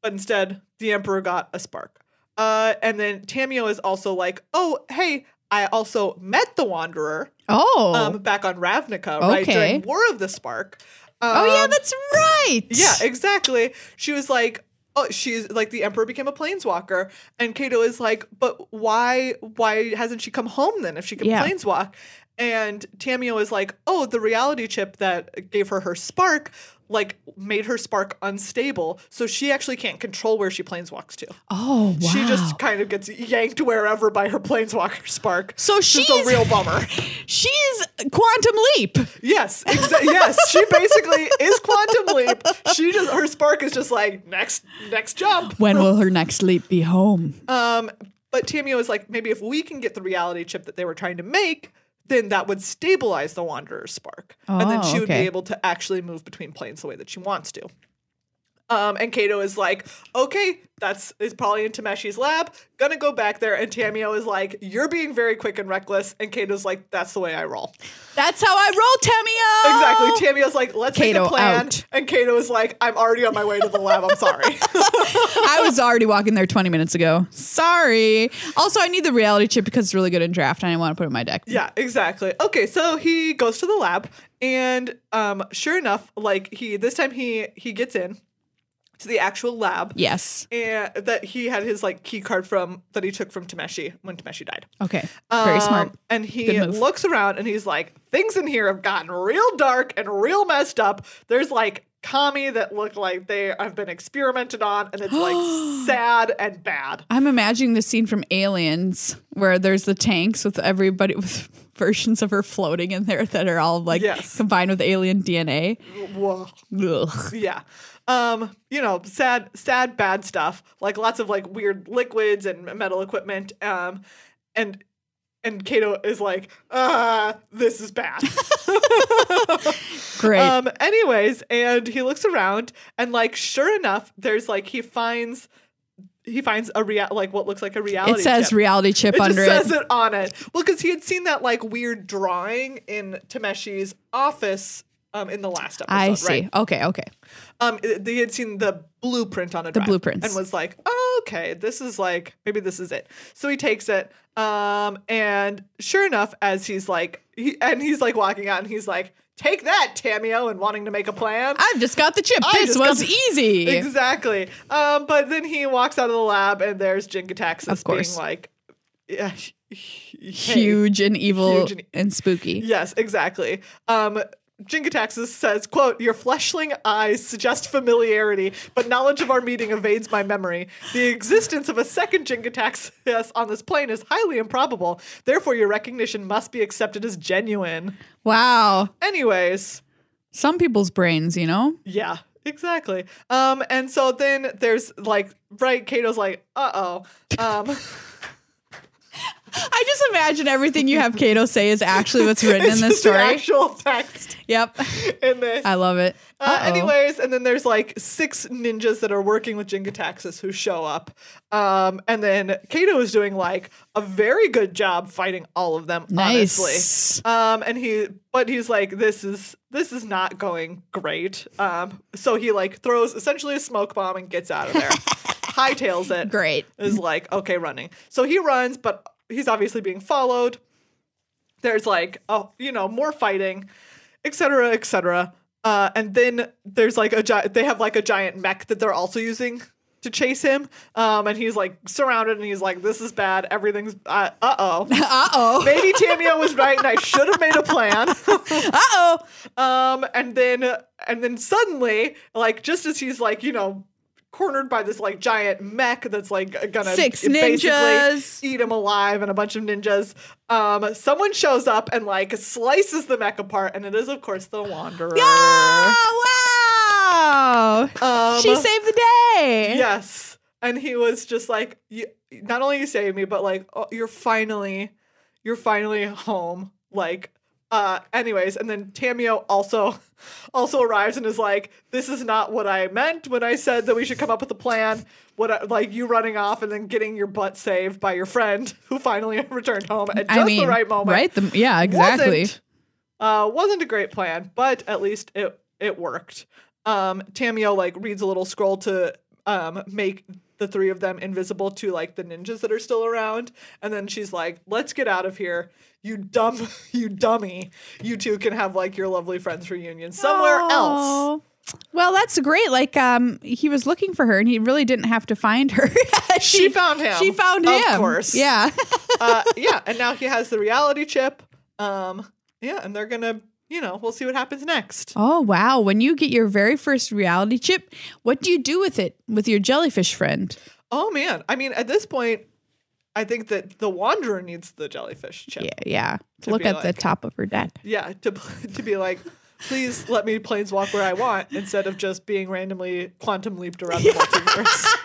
B: but instead the emperor got a spark. Uh, and then Tamio is also like, oh hey, I also met the Wanderer
A: Oh.
B: um, back on Ravnica, right
A: Okay.
B: during War of the Spark. Um,
A: oh yeah, that's right.
B: yeah, exactly. She was like, oh, she's like the Emperor became a planeswalker, and Kato is like, but why, why hasn't she come home then if she can
A: Yeah.
B: planeswalk? And Tamio is like, oh, the reality chip that gave her her spark. Like made her spark unstable, so she actually can't control where she planeswalks to.
A: oh wow.
B: She just kind of gets yanked wherever by her planeswalker spark.
A: so
B: She's
A: she's
B: a real bummer.
A: she's quantum leap.
B: Yes, exa- yes. She basically is quantum leap. She just her spark is just like next next jump.
A: When will her next leap be home?
B: Um, but Tamio is like maybe if we can get the reality chip that they were trying to make, then that would stabilize the Wanderer's spark, and then
A: Oh,
B: she would
A: okay.
B: be able to actually move between planes the way that she wants to. Um, and Kato is like, okay, that's is probably in Tameshi's lab. Gonna go back there, and Tamio is like, you're being very quick and reckless, and Kato's like, that's the way I roll.
A: That's how I roll, Tamio.
B: Exactly. Tamio's like, let's make
A: Kato,
B: a plan.
A: out.
B: And Kato is like, I'm already on my way to the lab. I'm sorry.
A: I was already walking there 20 minutes ago. Sorry. Also, I need the reality chip because it's really good in draft and I want to put it in my deck.
B: *laughs* yeah, exactly. Okay, so he goes to the lab and um sure enough, like he this time he he gets in to the actual lab.
A: Yes.
B: And that he had his like key card from that he took from Tameshi when Tameshi died.
A: Okay. Very
B: Um,
A: smart.
B: And he
A: Good move.
B: looks around and he's like, things in here have gotten real dark and real messed up. There's like kami that look like they have been experimented on, and
A: *gasps*
B: it's like sad and bad.
A: I'm imagining the scene from Aliens where there's the tanks with everybody with versions of her floating in there that are all like
B: Yes.
A: combined with alien DNA.
B: Whoa.
A: Ugh.
B: Yeah. Um, you know, sad, sad, bad stuff. Like lots of like weird liquids and metal equipment. Um, and and Kato is like, uh, this is bad.
A: Great.
B: Um, anyways, and he looks around and like sure enough, there's like he finds he finds a real like what looks like a reality.
A: it says
B: chip.
A: reality chip
B: It just
A: under
B: says
A: it.
B: it on it. Well, because he had seen that like weird drawing in Tameshi's office um in the last episode.
A: I see.
B: Right?
A: Okay. Okay.
B: Um i- they had seen the blueprint on a the
A: blueprints.
B: and was like, oh, okay, this is like maybe this is it. So he takes it. Um and sure enough, as he's like he and he's like walking out and he's like, take that, Tamio, and wanting to make a plan.
A: I've just got the chip.
B: I
A: this
B: just got
A: was
B: the-
A: easy.
B: Exactly. Um, but then he walks out of the lab, and there's Jinkataxis
A: Of course.
B: being like, yeah,
A: Huge and evil
B: Huge and-
A: and, e- spooky.
B: Yes, exactly. Um, Jinkataxis says, quote, Your fleshling eyes suggest familiarity, but knowledge of our meeting evades my memory. The existence of a second Jinkataxis on this plane is highly improbable. Therefore, your recognition must be accepted as genuine.
A: Wow.
B: Anyways,
A: Some people's brains, you know?
B: Yeah, exactly. Um, and so then there's like, right, Kato's like, uh oh. Um,
A: I just imagine everything you have Kato say is actually what's written in
B: It's
A: this
B: just *laughs* the
A: story.
B: actual text
A: yep.
B: in this.
A: I love it.
B: Uh,
A: Uh-oh.
B: anyways, and then there's like six ninjas that are working with Jingataxis who show up. Um, and then Kato is doing like a very good job fighting all of them,
A: Nice.
B: honestly. Um, and he but he's like, this is this is not going great. Um, so he like throws essentially a smoke bomb and gets out
A: *laughs*
B: of there. Hightails it.
A: Great.
B: Is like, okay, running. So he runs, but he's obviously being followed there's like oh you know more fighting et cetera, et cetera. uh, and then there's like a gi- they have like a giant mech that they're also using to chase him um, and he's like surrounded and he's like this is bad everything's uh, uh-oh
A: Uh *laughs* oh.
B: maybe tamio was right and i should have made a plan
A: Uh oh.
B: um, and then and then suddenly like just as he's like you know cornered by this like giant mech that's like gonna
A: Six
B: basically
A: ninjas.
B: eat him alive and a bunch of ninjas um someone shows up and like slices the mech apart and it is of course the wanderer
A: Yeah. Wow.
B: um,
A: she saved the day.
B: yes and he was just like you, not only you saved me but like oh, you're finally you're finally home like uh anyways and then tamio also *laughs* also arrives and is like this is not what i meant when i said that we should come up with a plan what I, like you running off and then getting your butt saved by your friend who finally *laughs* returned home at just
A: I mean,
B: the right moment
A: Right? The, yeah, exactly.
B: wasn't, uh, wasn't a great plan, but at least it it worked. Um, Tamio like reads a little scroll to um, make the three of them invisible to like the ninjas that are still around, and then she's like, "Let's get out of here, you dumb, *laughs* you dummy. You two can have like your lovely friends reunion somewhere else."
A: Oh. Well, that's great. Like, um, he was looking for her, and he really didn't have to find her. *laughs*
B: She found him.
A: She found
B: Of
A: him.
B: course.
A: Yeah. *laughs*
B: uh, yeah, and now he has the reality chip. Um, yeah, and they're gonna, you know, we'll see what happens next.
A: Oh wow! When you get your very first reality chip, what do you do with it with your jellyfish friend?
B: Oh man. I mean, at this point, I think that the wanderer needs the jellyfish chip.
A: Yeah, yeah. Look
B: be
A: at the
B: like-
A: top of her deck.
B: Yeah, to *laughs* to be like, please let me planes walk where I want instead of just being randomly quantum leaped around the multiverse.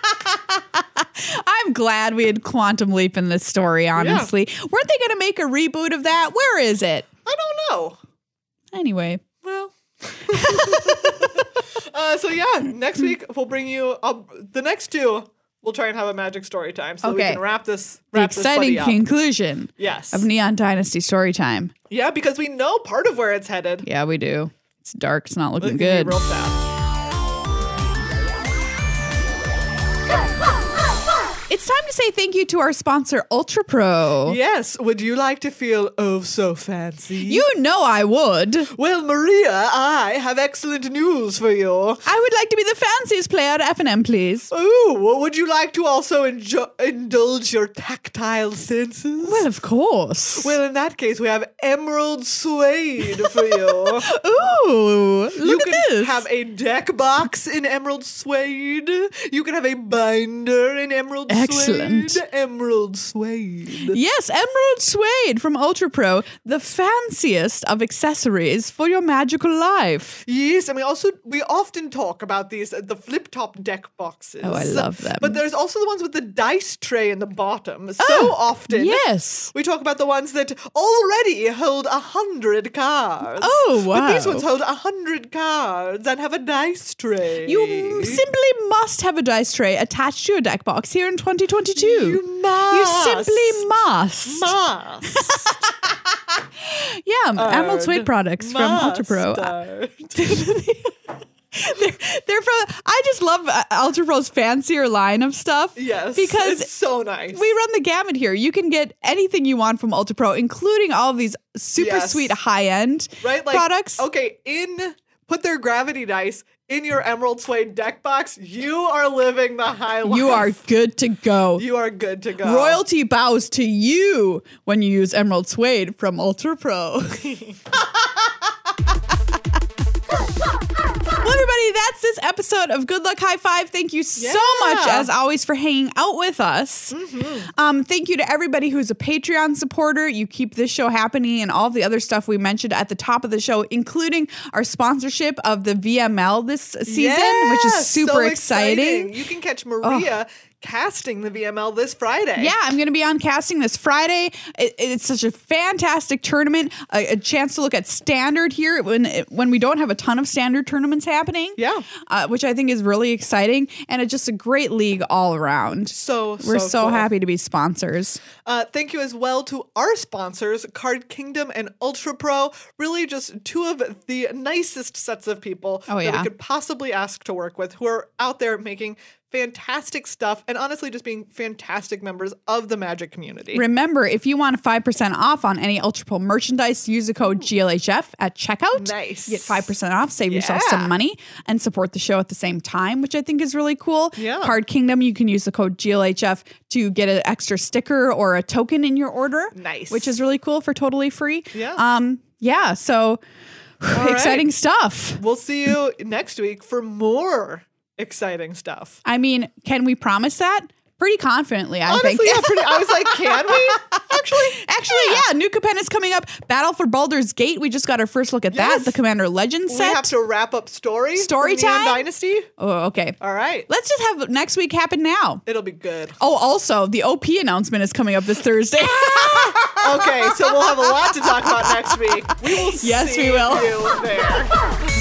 A: I'm glad we had quantum leap in this story. Honestly, weren't they going to make a reboot of that? Where is it?
B: *laughs* I don't know.
A: Anyway,
B: Well. *laughs* uh, so yeah, next week we'll bring you I'll, the next two. We'll try and have a magic story time so that
A: Okay.
B: we can wrap this
A: the
B: wrap this buddy
A: exciting
B: up.
A: conclusion
B: Yes.
A: of Neon Dynasty story time.
B: yeah, because we know part of where it's headed.
A: Yeah, we do. It's dark. It's not
B: It's
A: looking
B: gonna be
A: good.
B: Real fast.
A: It's time to say thank you to our sponsor, Ultra Pro.
B: Yes, would you like to feel oh so fancy?
A: You know I would.
B: well, Maria, I have excellent news for you.
A: I would like to be the fanciest player at F&M, please.
B: Oh, well, would you like to also enjo- indulge your tactile senses?
A: Well, of course.
B: Well, in that case, we have emerald suede
A: *laughs*
B: for you.
A: Ooh, look
B: you
A: at
B: can
A: this.
B: have a deck box in emerald suede. You can have a binder in emerald
A: Excellent.
B: suede. Emerald suede.
A: yes, emerald suede from Ultra Pro, the fanciest of accessories for your magical life.
B: Yes, and we also we often talk about these uh, the flip top deck boxes.
A: Oh, I love them.
B: But there's also the ones with the dice tray in the bottom. So
A: Ah,
B: often,
A: Yes.
B: we talk about the ones that already hold a hundred cards.
A: Oh,
B: But these
A: wow.
B: ones hold a hundred cards and have a dice tray.
A: You m- simply must have a dice tray attached to your deck box here in 2022.
B: You must.
A: You simply must.
B: *laughs* must
A: yeah, emerald suede products from Ultra Pro.
B: Mustard.
A: *laughs* They're from. I just love uh, Ultra Pro's fancier line of stuff.
B: yes,
A: because
B: it's so nice.
A: we run the gamut here. You can get anything you want from Ultra Pro, including all of these super
B: Yes.
A: sweet high end
B: right? Like
A: products.
B: Okay, in put their gravity dice in your Emerald Suede deck box. You are living the high life.
A: You are good to go.
B: you are good to go.
A: Royalty bows to you when you use Emerald Suede from Ultra Pro. *laughs* well, everybody, that's this episode of Good Luck High Five. Thank you so much,
B: Yeah. Mm-hmm.
A: as always, for hanging out with us. Um, thank you to everybody who's a Patreon supporter. You keep this show happening and all the other stuff we mentioned at the top of the show, including our sponsorship of the VML this season, which
B: Yeah,
A: is super
B: so
A: exciting. Oh.
B: You can catch Maria casting the VML this Friday.
A: Yeah, I'm going to be on casting this Friday. It, it's such a fantastic tournament, a, a chance to look at standard here when when we don't have a ton of standard tournaments happening.
B: Yeah.
A: uh, which I think is really exciting, and it's just a great league all around.
B: So
A: We're so,
B: cool.
A: happy to be sponsors.
B: Uh, thank you as well to our sponsors, Card Kingdom and Ultra Pro. Really, just two of the nicest sets of people
A: Oh,
B: that
A: yeah.
B: we could possibly ask to work with who are out there making fantastic stuff and honestly just being fantastic members of the magic community.
A: Remember, if you want 5% off on any Ultra Pro merchandise, use the code GLHF at checkout.
B: Nice.
A: You Get 5% off, save yourself
B: Yeah.
A: some money, and support the show at the same time, which I think is really cool.
B: Yeah.
A: Card Kingdom, you can use the code GLHF to get an extra sticker or a token in your order.
B: Nice.
A: Which is really cool for totally free.
B: Yeah.
A: Um, yeah. So *sighs* exciting stuff.
B: We'll see you next week for more exciting stuff.
A: I mean, can we promise that? Pretty confidently, I think.
B: Honestly, yeah, pretty, I was like, can
A: *laughs*
B: we? Actually,
A: Actually, yeah. New Capenna is coming up. Battle for Baldur's Gate. We just got our first look at that.
B: Yes.
A: The Commander Legends
B: we
A: set.
B: have to wrap up story.
A: Story
B: for Neon
A: time?
B: Dynasty.
A: oh, okay.
B: All right.
A: Let's just have next week happen now.
B: It'll be good.
A: Oh, also, the OP announcement is coming up this
B: *laughs*
A: Thursday.
B: Okay, so we'll have a lot to talk about next week. We will
A: Yes,
B: see
A: we will.
B: you there.